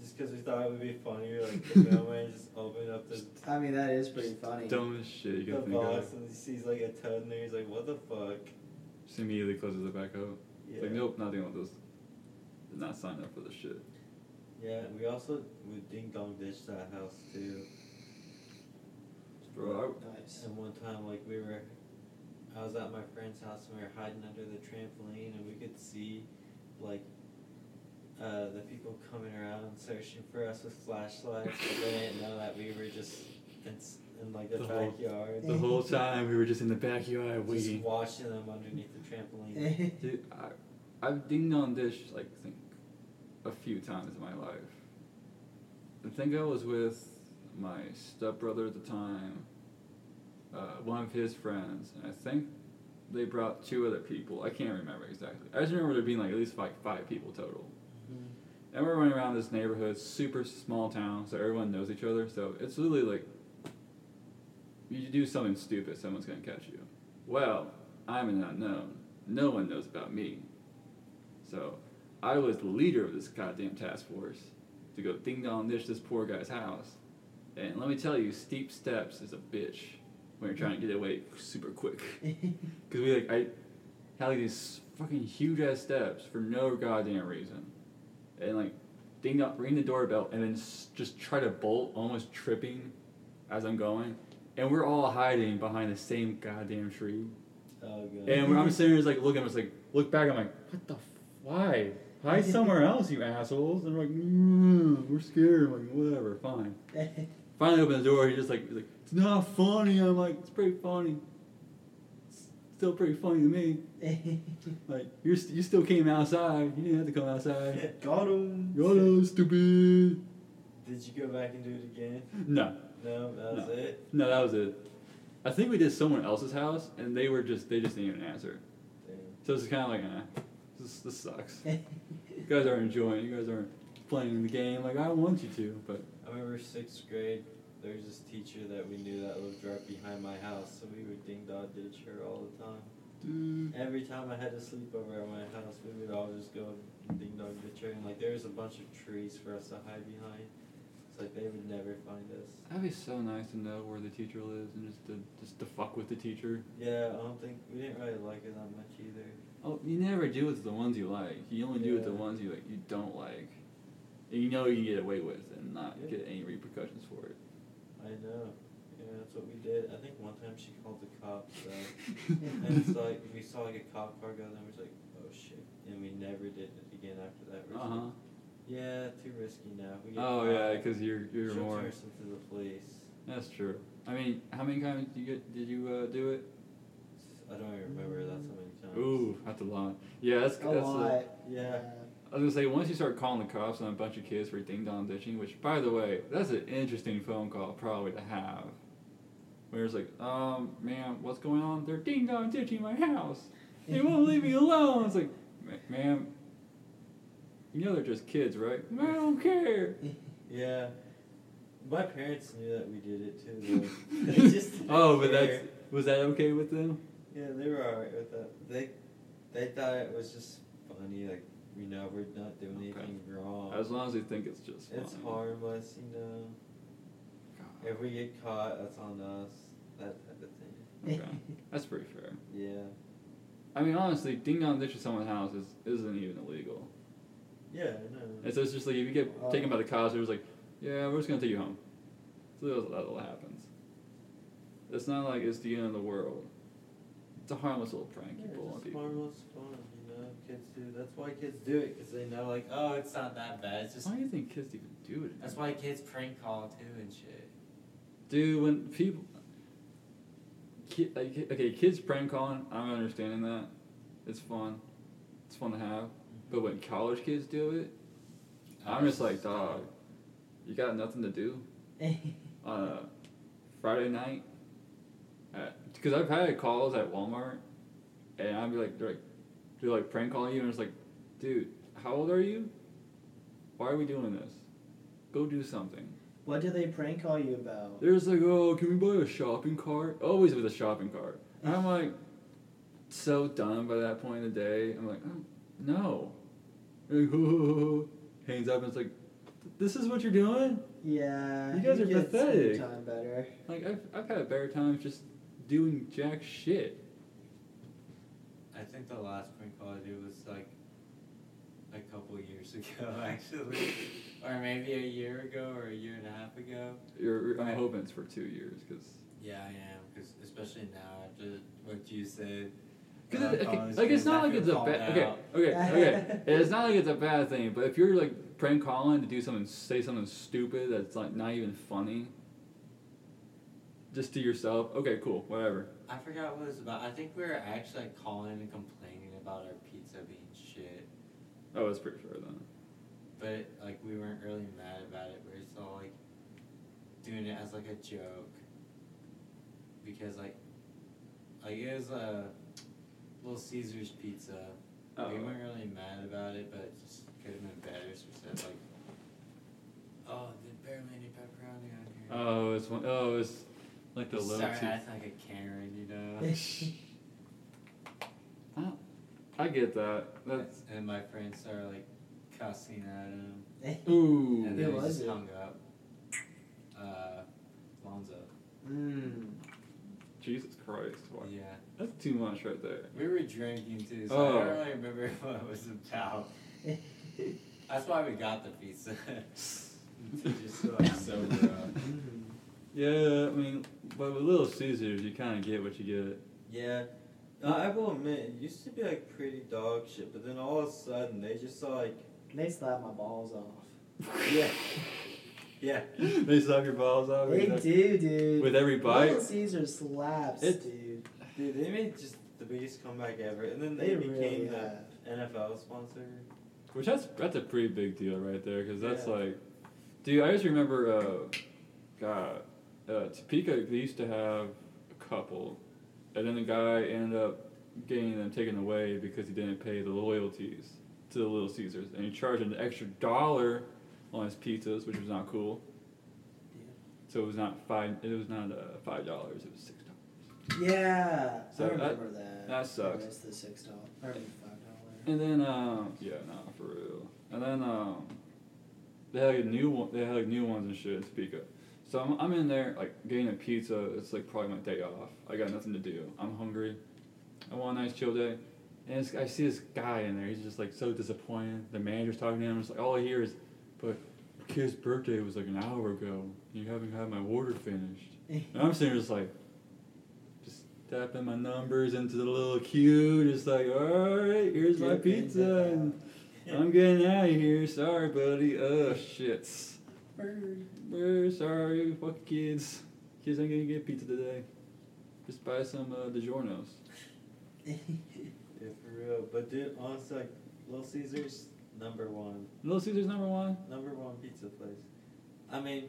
[SPEAKER 3] just because we thought it would be funnier. Like the mailman just opened up the,
[SPEAKER 1] I mean, that is pretty funny.
[SPEAKER 2] Dumbest shit you
[SPEAKER 3] the
[SPEAKER 2] can think of.
[SPEAKER 3] box and he sees like a toad in there. He's like, what the fuck?
[SPEAKER 2] Just immediately closes it back up.
[SPEAKER 3] Yeah.
[SPEAKER 2] It's like, nope, not dealing with this. Did not sign up for this shit.
[SPEAKER 3] Yeah. We also would ding dong ditch that house too.
[SPEAKER 2] Bro,
[SPEAKER 1] Nice.
[SPEAKER 3] And one time, like we were, I was at my friend's house and we were hiding under the trampoline and we could see, like, uh, the people coming around searching for us with flashlights, but they didn't know that we were just in, s- in like the,
[SPEAKER 2] The whole-
[SPEAKER 3] backyard,
[SPEAKER 2] I, the whole time we were just in the backyard
[SPEAKER 3] just
[SPEAKER 2] waiting.
[SPEAKER 3] watching them underneath the trampoline.
[SPEAKER 1] Did
[SPEAKER 2] Dude, I, I've dinged on dish like I think a few times in my life. I think I was with my stepbrother at the time, uh, one of his friends, and I think they brought two other people. I can't remember exactly. I just remember there being like at least like five people total. And we're running around this neighborhood, super small town, so everyone knows each other. So it's really like you do something stupid, someone's gonna catch you. Well, I'm an unknown. No one knows about me. So I was the leader of this goddamn task force to go ding dong dish this poor guy's house. And let me tell you, steep steps is a bitch when you're trying to get away super quick. Because we like I had like these fucking huge ass steps for no goddamn reason, and like ding up, ring the doorbell, and then s- just try to bolt, almost tripping as I'm going, and we're all hiding behind the same goddamn tree,
[SPEAKER 3] Oh god.
[SPEAKER 2] and we're, I'm sitting there just like looking, I'm just like look back, I'm like what the f- why hide somewhere else, you assholes, and they're like mm, we're scared, I'm like whatever, fine. Finally open the door, he just like he's like it's not funny. I'm like it's pretty funny. It's still pretty funny to me. Like you're st- you still came outside. You didn't have to come outside.
[SPEAKER 1] Got him.
[SPEAKER 2] You're no stupid.
[SPEAKER 3] Did you go back and do it again?
[SPEAKER 2] No,
[SPEAKER 3] No, that was
[SPEAKER 2] No.
[SPEAKER 3] it.
[SPEAKER 2] no, that was it. I think we did someone else's house, and they were just they just didn't even answer.
[SPEAKER 3] Damn.
[SPEAKER 2] So it's kind of like, eh, this this sucks. You guys aren't enjoying. it. You guys aren't playing the game like I want you to. But
[SPEAKER 3] I remember sixth grade. There was this teacher that we knew that lived right behind my house, so we would ding dong ditch her all the time.
[SPEAKER 2] dude,
[SPEAKER 3] Every time I had to sleep over at my house, we would all just go ding dong ditch her, and like there was a bunch of trees for us to hide behind. It's like they would never find us.
[SPEAKER 2] that'd be so nice to know where the teacher lives and just to just to fuck with the teacher.
[SPEAKER 3] Yeah, I don't think we didn't really like it that much either.
[SPEAKER 2] Oh, you never do it to the ones you like. You only do it to the
[SPEAKER 3] Yeah.
[SPEAKER 2] ones you like you don't like. And you know you can get away with and not
[SPEAKER 3] Yeah.
[SPEAKER 2] get any repercussions for it.
[SPEAKER 3] I know. Yeah, that's what we did. I think one time she called the cops though, and it's like we saw like a cop car go, and we was like, oh shit, and we never did it again after that. We
[SPEAKER 2] Uh
[SPEAKER 3] were just
[SPEAKER 2] huh.
[SPEAKER 3] like, Yeah, too risky now. We get
[SPEAKER 2] Oh
[SPEAKER 3] caught,
[SPEAKER 2] yeah, because you're you're
[SPEAKER 3] she'll
[SPEAKER 2] more.
[SPEAKER 3] turn us into the police.
[SPEAKER 2] That's true. I mean, how many times did you get, did you uh, do it?
[SPEAKER 3] I don't even remember that's how many times.
[SPEAKER 2] Ooh, that's a lot. Yeah, that's
[SPEAKER 1] A
[SPEAKER 2] that's.
[SPEAKER 1] lot.
[SPEAKER 2] A,
[SPEAKER 3] Yeah.
[SPEAKER 2] I was gonna say once you start calling the cops on a bunch of kids for ding dong ditching, which by the way, that's an interesting phone call probably to have. Where it's like, um, ma'am, what's going on? They're ding dong ditching my house. They won't leave me alone. It's like, "Ma- ma'am, you know they're just kids, right? I don't care.
[SPEAKER 3] Yeah. My parents knew that we did it too. Though. They just didn't
[SPEAKER 2] Oh, but
[SPEAKER 3] care.
[SPEAKER 2] that's was that okay with them?
[SPEAKER 3] Yeah, they were alright with that. They, they thought it was just funny. Like you know, we're not doing
[SPEAKER 2] Okay.
[SPEAKER 3] anything wrong.
[SPEAKER 2] As long as they think it's just.
[SPEAKER 3] it's
[SPEAKER 2] fine.
[SPEAKER 3] harmless, you know.
[SPEAKER 2] God.
[SPEAKER 3] If we get caught, that's on us. That type of thing.
[SPEAKER 2] Okay, that's pretty fair.
[SPEAKER 3] Yeah.
[SPEAKER 2] I mean, honestly, ding dong ditching someone's house is, isn't even illegal.
[SPEAKER 3] Yeah, I know.
[SPEAKER 2] And so it's just like if you get
[SPEAKER 3] Oh.
[SPEAKER 2] taken by the cops, they're just like, yeah, we're just gonna take you home. So that's that's what happens. It's not like it's the end of the world. It's a harmless little prank you
[SPEAKER 3] Yeah,
[SPEAKER 2] pull on
[SPEAKER 3] just
[SPEAKER 2] people.
[SPEAKER 3] harmless fun, you know. Kids do. That's why kids do it because they know, like, oh, it's not that bad. It's just
[SPEAKER 2] Why do you think kids even do it?
[SPEAKER 4] That's why kids prank call too and shit.
[SPEAKER 2] Dude, when people, ki- like, okay, kids prank calling, I'm understanding that. It's fun. It's fun to have.
[SPEAKER 3] Mm-hmm.
[SPEAKER 2] But when college kids do it, I'm just like, dog, you got nothing to do. on a uh, Friday night. Because I've had calls at Walmart, and I'd be like, they're like, they're like prank calling you, and it's like, dude, how old are you? Why are we doing this? Go do something.
[SPEAKER 1] What do they prank call you about?
[SPEAKER 2] There's like, oh, can we buy a shopping cart? Always with a shopping cart. And I'm like, so done by that point in the day. I'm like, oh, no. They're Like, Hangs up and it's like, this is what you're doing?
[SPEAKER 1] Yeah.
[SPEAKER 2] You guys are
[SPEAKER 1] get some
[SPEAKER 2] pathetic.
[SPEAKER 1] Time better.
[SPEAKER 2] Like, I've, I've had better times just doing jack shit.
[SPEAKER 4] I think the last prank call I did was like a couple years ago, actually, or maybe a year ago or a year and a half ago.
[SPEAKER 2] You're, I'm
[SPEAKER 4] Right.
[SPEAKER 2] hoping it's for two years because.
[SPEAKER 4] Yeah, I am, because especially now after what you said.
[SPEAKER 2] Because it, okay, uh, like it's not like it's a bad okay okay okay it's not like it's a bad thing but if you're like prank calling to do something say something stupid that's like not even funny just to yourself okay cool whatever
[SPEAKER 4] I forgot what it was about. I think we were actually like, calling and complaining about our pizza being shit,
[SPEAKER 2] oh that's pretty fair then
[SPEAKER 4] but like we weren't really mad about it. We were still like doing it as like a joke, because like like it was a Little Caesar's pizza.
[SPEAKER 2] oh
[SPEAKER 4] We weren't really mad about it, but it just could have been better. So we said like, "Oh, the barely any pepperoni on here."
[SPEAKER 2] oh it's one oh it's like the low
[SPEAKER 4] Sorry,
[SPEAKER 2] two
[SPEAKER 4] I act like a Karen, you know.
[SPEAKER 2] I get that that's
[SPEAKER 4] and my friends started like cussing at him, and
[SPEAKER 1] Who
[SPEAKER 2] ooh
[SPEAKER 4] then he
[SPEAKER 1] was
[SPEAKER 4] just
[SPEAKER 1] it?
[SPEAKER 4] hung up. Uh, Lonzo.
[SPEAKER 1] mm.
[SPEAKER 2] Jesus Christ wow.
[SPEAKER 4] Yeah,
[SPEAKER 2] that's too much right there
[SPEAKER 4] we were drinking too, so I
[SPEAKER 2] Oh.
[SPEAKER 4] don't really remember what it was about. That's why we got the pizza. to just like sober up.
[SPEAKER 1] Mm.
[SPEAKER 2] yeah I mean but with Little Caesars you kind of get what you get
[SPEAKER 3] Yeah. No, I will admit, it used to be like pretty dog shit, but then all of a sudden they just saw like,
[SPEAKER 1] They slap my balls off.
[SPEAKER 3] yeah, yeah.
[SPEAKER 2] they suck your balls out
[SPEAKER 1] They do, dude.
[SPEAKER 2] Oh, with every bite.
[SPEAKER 1] Little Caesar slaps,
[SPEAKER 2] It-
[SPEAKER 1] dude.
[SPEAKER 3] Dude, they made just the biggest comeback ever, and then they,
[SPEAKER 1] They
[SPEAKER 3] became
[SPEAKER 1] really
[SPEAKER 3] the
[SPEAKER 1] have.
[SPEAKER 3] NFL sponsor.
[SPEAKER 2] Which that's that's a pretty big deal right there, because that's
[SPEAKER 3] Yeah.
[SPEAKER 2] like, dude, I just remember, uh, God, uh, Topeka they used to have a couple, and then the guy ended up getting them taken away because he didn't pay the loyalties to the Little Caesars, and he charged an extra dollar on his pizzas, which was not cool.
[SPEAKER 1] Yeah.
[SPEAKER 2] So it was not five. It was not uh, five dollars. It was six dollars.
[SPEAKER 1] Yeah.
[SPEAKER 2] So
[SPEAKER 1] I
[SPEAKER 2] that-
[SPEAKER 1] remember that.
[SPEAKER 2] that sucks.
[SPEAKER 1] The rest of the six dollar or I mean, five dollar.
[SPEAKER 2] And then um yeah, nah, for real. And then um they had like new one, they had like new ones and shit in Topeka. So I'm, I'm in there like getting a pizza. It's like probably my day off. I got nothing to do. I'm hungry. I want a nice chill day. And this, I see this guy in there. He's just like so disappointed. The manager's talking to him. It's like all I hear is, "But your kid's birthday was like an hour ago. You haven't had my order finished." And I'm sitting there just like, just tapping my numbers into the little queue, just like, all right, here's my
[SPEAKER 1] Get in,
[SPEAKER 2] pizza,
[SPEAKER 1] get
[SPEAKER 2] and I'm getting out of here. Sorry, buddy. Oh shit. We're sorry, fuck kids. Kids ain't gonna get pizza today. Just buy some uh, DiGiorno's.
[SPEAKER 3] Yeah, for real. But dude, honestly, like, Little Caesars number one,
[SPEAKER 2] Little Caesars number one.
[SPEAKER 3] number one pizza place. I mean,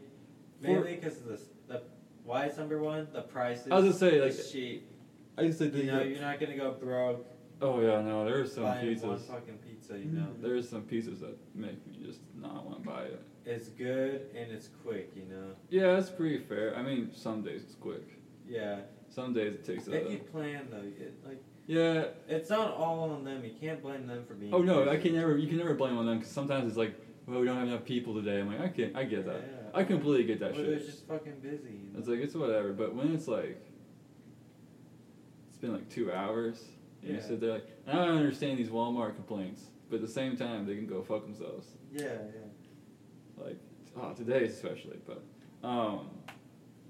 [SPEAKER 3] mainly because of this. The why it's number one, the prices.
[SPEAKER 2] I was gonna say,
[SPEAKER 3] it's
[SPEAKER 2] like,
[SPEAKER 3] cheap.
[SPEAKER 2] I used to
[SPEAKER 3] You know, you're not gonna go broke
[SPEAKER 2] Oh yeah, no, there's some
[SPEAKER 3] buying one
[SPEAKER 2] pizzas. Mm-hmm.
[SPEAKER 3] fucking pizza. You know,
[SPEAKER 2] There's some pizzas that make me just not want to buy it.
[SPEAKER 3] it's good and it's quick. You know,
[SPEAKER 2] Yeah, that's pretty fair. I mean, some days it's quick.
[SPEAKER 3] yeah.
[SPEAKER 2] Some days it takes
[SPEAKER 3] if you
[SPEAKER 2] a.
[SPEAKER 3] plan though, it, like
[SPEAKER 2] Yeah,
[SPEAKER 3] it's not all on them. You can't blame them for being.
[SPEAKER 2] Oh no, I
[SPEAKER 3] lazy.
[SPEAKER 2] can never. You can never blame on them because sometimes it's like, well, we don't have enough people today. I'm like, I can, I get that.
[SPEAKER 3] Yeah.
[SPEAKER 2] I completely get that
[SPEAKER 3] Or they're
[SPEAKER 2] shit.
[SPEAKER 3] just fucking busy. You know?
[SPEAKER 2] It's like it's whatever. But when it's like, it's been like two hours, and
[SPEAKER 3] Yeah.
[SPEAKER 2] you sit there like, I don't understand these Walmart complaints, but at the same time, they can go fuck themselves.
[SPEAKER 3] yeah, yeah.
[SPEAKER 2] Like, oh, today especially. But, um,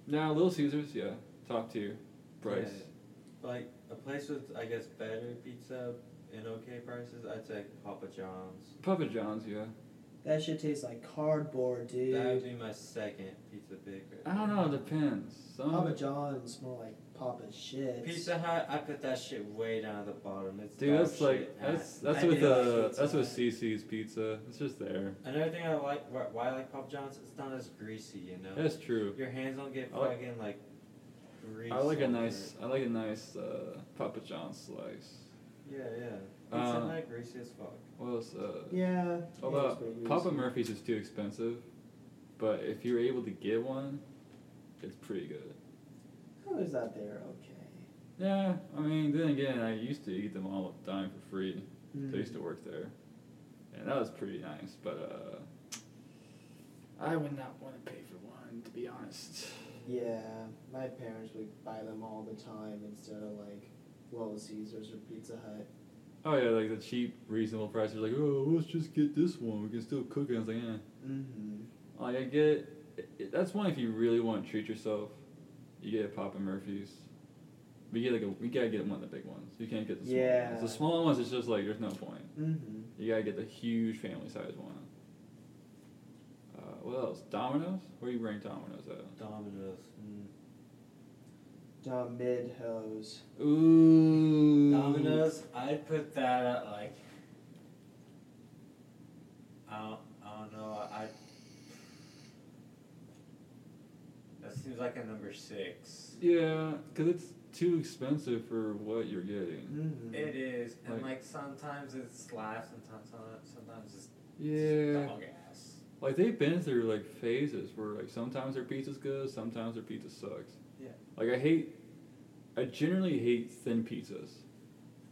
[SPEAKER 2] now Little Caesars, yeah, top tier, price.
[SPEAKER 3] Yeah. Like a place with, I guess, better pizza and okay prices. I'd say Papa John's.
[SPEAKER 2] Papa John's, yeah.
[SPEAKER 1] That shit tastes like cardboard, dude.
[SPEAKER 3] That would be my second pizza pick. right
[SPEAKER 2] I don't know. It depends. Some of
[SPEAKER 1] Papa
[SPEAKER 2] it-
[SPEAKER 1] John's more like Papa shit.
[SPEAKER 3] Pizza Hut, I put that shit way down at the bottom. It's
[SPEAKER 2] Dude,
[SPEAKER 3] dog
[SPEAKER 2] that's like
[SPEAKER 3] shit.
[SPEAKER 2] that's
[SPEAKER 1] I-
[SPEAKER 2] that's
[SPEAKER 1] I
[SPEAKER 2] with
[SPEAKER 1] do like
[SPEAKER 2] uh
[SPEAKER 1] pizza.
[SPEAKER 2] that's with CC's pizza. It's just there.
[SPEAKER 3] Another thing I like, why, why I like Papa John's, it's not as greasy, you know.
[SPEAKER 2] That's true.
[SPEAKER 3] Your hands don't get
[SPEAKER 2] I like-
[SPEAKER 3] fucking like. grease
[SPEAKER 2] I like a
[SPEAKER 3] on
[SPEAKER 2] nice I like a nice uh, Papa John's slice.
[SPEAKER 3] it. Yeah, yeah. Pizza
[SPEAKER 2] Uh,
[SPEAKER 3] Hut greasy as fuck.
[SPEAKER 2] What else? Uh,
[SPEAKER 1] Yeah.
[SPEAKER 2] although
[SPEAKER 1] it's pretty
[SPEAKER 2] Papa
[SPEAKER 1] greasy.
[SPEAKER 2] Murphy's is too expensive, But if you're able to get one, it's pretty good.
[SPEAKER 1] I was out there okay.
[SPEAKER 2] Yeah, I mean, then again, I used to eat them all the time for free. 'cause I used to work there, and that was pretty nice. But uh, I would not want to pay for one, to be honest.
[SPEAKER 1] Yeah, my parents would buy them all the time instead of like Little Caesars or Pizza Hut.
[SPEAKER 2] Oh yeah, like the cheap, reasonable prices. Like, oh, let's just get this one. We can still cook it. I was like, eh.
[SPEAKER 1] Mm-hmm.
[SPEAKER 2] Like I get, it- it- that's one if you really want to treat yourself, you get a Papa Murphy's. We get like a, we gotta get one of the big ones. You can't get the small
[SPEAKER 1] Yeah.
[SPEAKER 2] ones. The small ones, it's just like there's no point.
[SPEAKER 1] Mm-hmm.
[SPEAKER 2] You gotta get the huge family size one. Uh, what else? Domino's? Where you rank Domino's at?
[SPEAKER 3] Dominoes. Mm.
[SPEAKER 1] Mm-hmm. Dumb mid hose.
[SPEAKER 2] Ooh.
[SPEAKER 4] Domino's, I'd put that at like. I don't, I don't know. I. That seems like a number six.
[SPEAKER 2] Yeah, cause it's too expensive for what you're getting.
[SPEAKER 1] Mm-hmm.
[SPEAKER 4] It is, and
[SPEAKER 2] Like-
[SPEAKER 4] like sometimes it's slaps, sometimes sometimes it's
[SPEAKER 3] Mm-hmm.
[SPEAKER 2] Yeah.
[SPEAKER 4] dog ass.
[SPEAKER 2] Like they've been through like phases where like sometimes their pizza's good, sometimes their pizza sucks.
[SPEAKER 3] Yeah.
[SPEAKER 2] Like I hate, I generally hate thin pizzas.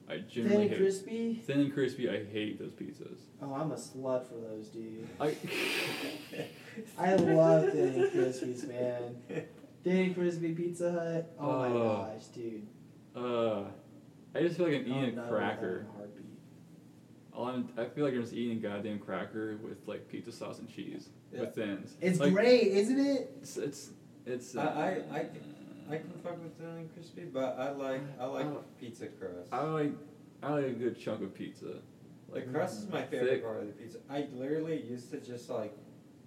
[SPEAKER 2] I
[SPEAKER 1] Thin
[SPEAKER 2] generally
[SPEAKER 1] and
[SPEAKER 2] hate
[SPEAKER 1] crispy.
[SPEAKER 2] thin and crispy. I hate those pizzas.
[SPEAKER 1] Oh, I'm a slut for those, dude.
[SPEAKER 2] I
[SPEAKER 1] I love Thin and Crispies, man. Thin and Crispy Pizza Hut. Oh my
[SPEAKER 2] Oh.
[SPEAKER 1] gosh, dude.
[SPEAKER 2] uh, I just feel like I'm
[SPEAKER 1] Oh,
[SPEAKER 2] eating
[SPEAKER 1] no,
[SPEAKER 2] a
[SPEAKER 1] no,
[SPEAKER 2] cracker.
[SPEAKER 1] no, heartbeat.
[SPEAKER 2] All I'm, I feel like I'm just eating a goddamn cracker with like pizza sauce and cheese
[SPEAKER 3] Yeah.
[SPEAKER 2] with thins.
[SPEAKER 1] It's
[SPEAKER 2] like,
[SPEAKER 1] great, isn't it?
[SPEAKER 2] It's it's. it's
[SPEAKER 3] I- I-
[SPEAKER 2] uh,
[SPEAKER 3] I can fuck with thin and crispy, but I like I like pizza crust.
[SPEAKER 2] uh, I like I like a good chunk of pizza.
[SPEAKER 3] the
[SPEAKER 2] Like
[SPEAKER 3] crust is my favorite
[SPEAKER 2] Thick.
[SPEAKER 3] part of the pizza. I literally used to just like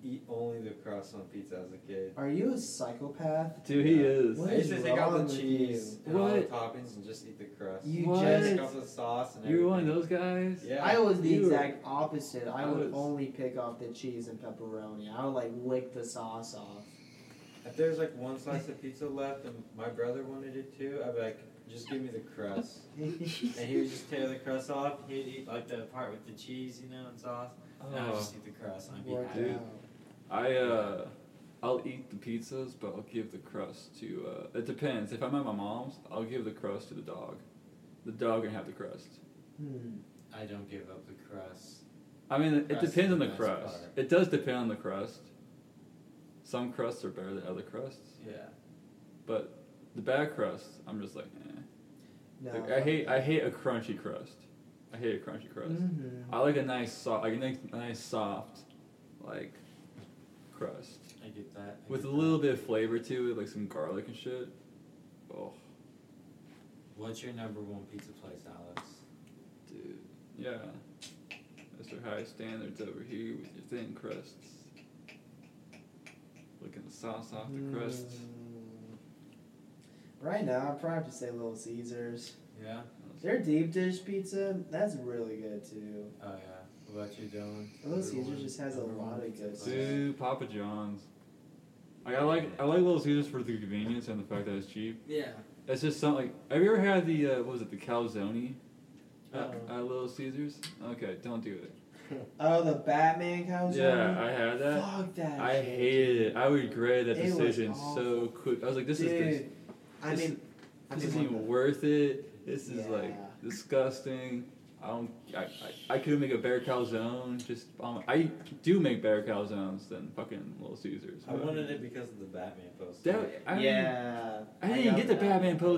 [SPEAKER 3] eat only the crust on pizza as a kid.
[SPEAKER 1] Are you a psychopath?
[SPEAKER 2] dude, he
[SPEAKER 3] Yeah.
[SPEAKER 2] is.
[SPEAKER 1] What
[SPEAKER 3] I used
[SPEAKER 1] is
[SPEAKER 3] to take out
[SPEAKER 1] wrong
[SPEAKER 3] the
[SPEAKER 1] with
[SPEAKER 3] cheese
[SPEAKER 1] you?
[SPEAKER 3] and all the
[SPEAKER 2] What?
[SPEAKER 3] toppings and just eat the crust.
[SPEAKER 1] You
[SPEAKER 2] What?
[SPEAKER 3] Take
[SPEAKER 1] just.
[SPEAKER 3] out the sauce and
[SPEAKER 2] You were one of
[SPEAKER 3] everything.
[SPEAKER 2] those guys.
[SPEAKER 3] Yeah.
[SPEAKER 1] I was the
[SPEAKER 2] You were-
[SPEAKER 1] exact opposite. I
[SPEAKER 2] I
[SPEAKER 1] would
[SPEAKER 2] was-
[SPEAKER 1] only pick off the cheese and pepperoni. I would like lick the sauce off.
[SPEAKER 3] If there's like one slice of pizza left and my brother wanted it too, I'd be like, just give me the crust. and he would just tear the crust off. He'd eat like the part with the cheese, you know, and sauce. And I'd
[SPEAKER 2] Oh,
[SPEAKER 3] just eat the crust. And I'd be
[SPEAKER 1] Worked
[SPEAKER 3] happy.
[SPEAKER 2] dude.
[SPEAKER 1] out.
[SPEAKER 2] I uh, I'll eat the pizzas, but I'll give the crust to. Uh, it depends. If I'm at my mom's, I'll give the crust to the dog. The dog can have the crust.
[SPEAKER 1] Hmm.
[SPEAKER 4] I don't give up the crust.
[SPEAKER 2] I mean, it
[SPEAKER 4] Crust is
[SPEAKER 2] depends on
[SPEAKER 4] the
[SPEAKER 2] the
[SPEAKER 4] best
[SPEAKER 2] crust.
[SPEAKER 4] part.
[SPEAKER 2] It does depend on the crust. Some crusts are better than other crusts,
[SPEAKER 3] Yeah.
[SPEAKER 2] but the bad crust, I'm just like, eh.
[SPEAKER 1] No.
[SPEAKER 2] Like, I hate I hate a crunchy crust. I hate a crunchy crust.
[SPEAKER 4] Mm.
[SPEAKER 1] Mhm.
[SPEAKER 2] I like a nice soft, like a nice, nice soft, like crust
[SPEAKER 4] I get that. I
[SPEAKER 2] with a
[SPEAKER 4] get
[SPEAKER 2] little
[SPEAKER 4] that.
[SPEAKER 2] bit of flavor to it, like some garlic and shit. Oh,
[SPEAKER 4] What's your number one pizza place, Alex?
[SPEAKER 2] dude, yeah, that's their high standards over here with your thin crusts. Licking the sauce off the crust.
[SPEAKER 1] Hmm. Right now, I'd probably have to say Little Caesars.
[SPEAKER 4] Yeah.
[SPEAKER 1] Their deep dish pizza, that's really good too.
[SPEAKER 4] Oh yeah. What about you, Dylan?
[SPEAKER 1] Little
[SPEAKER 4] Number
[SPEAKER 1] Caesars
[SPEAKER 4] one-
[SPEAKER 1] just has a
[SPEAKER 4] number one
[SPEAKER 1] lot of
[SPEAKER 4] pizza
[SPEAKER 1] good
[SPEAKER 4] place.
[SPEAKER 2] Dude, Papa John's. Like, I like I like Little Caesars for the convenience and the fact that it's cheap.
[SPEAKER 3] Yeah.
[SPEAKER 2] That's just something. Like, have you ever had the uh, what was it the calzone? At,
[SPEAKER 3] Uh-uh.
[SPEAKER 2] at Little Caesars? Okay, don't do it.
[SPEAKER 1] Oh, the Batman comes
[SPEAKER 2] Yeah, I had that.
[SPEAKER 1] Fuck that.
[SPEAKER 2] I
[SPEAKER 1] shit.
[SPEAKER 2] hated it. I regret that
[SPEAKER 1] It was
[SPEAKER 2] decision
[SPEAKER 1] awful.
[SPEAKER 2] so quick. I was like, this
[SPEAKER 1] Dude,
[SPEAKER 2] is this,
[SPEAKER 1] I
[SPEAKER 2] this
[SPEAKER 1] mean,
[SPEAKER 2] is-
[SPEAKER 1] I
[SPEAKER 2] this
[SPEAKER 1] mean,
[SPEAKER 2] isn't
[SPEAKER 1] what
[SPEAKER 2] even worth it. This is
[SPEAKER 1] Yeah.
[SPEAKER 2] like disgusting. I don't. I, I, I could make a better calzone. Just um, I do make better calzones than fucking Little Caesars.
[SPEAKER 3] I wanted it because of the Batman poster.
[SPEAKER 2] That,
[SPEAKER 1] the-
[SPEAKER 2] I
[SPEAKER 1] yeah.
[SPEAKER 2] I didn't
[SPEAKER 1] got
[SPEAKER 2] get the Batman
[SPEAKER 4] Oh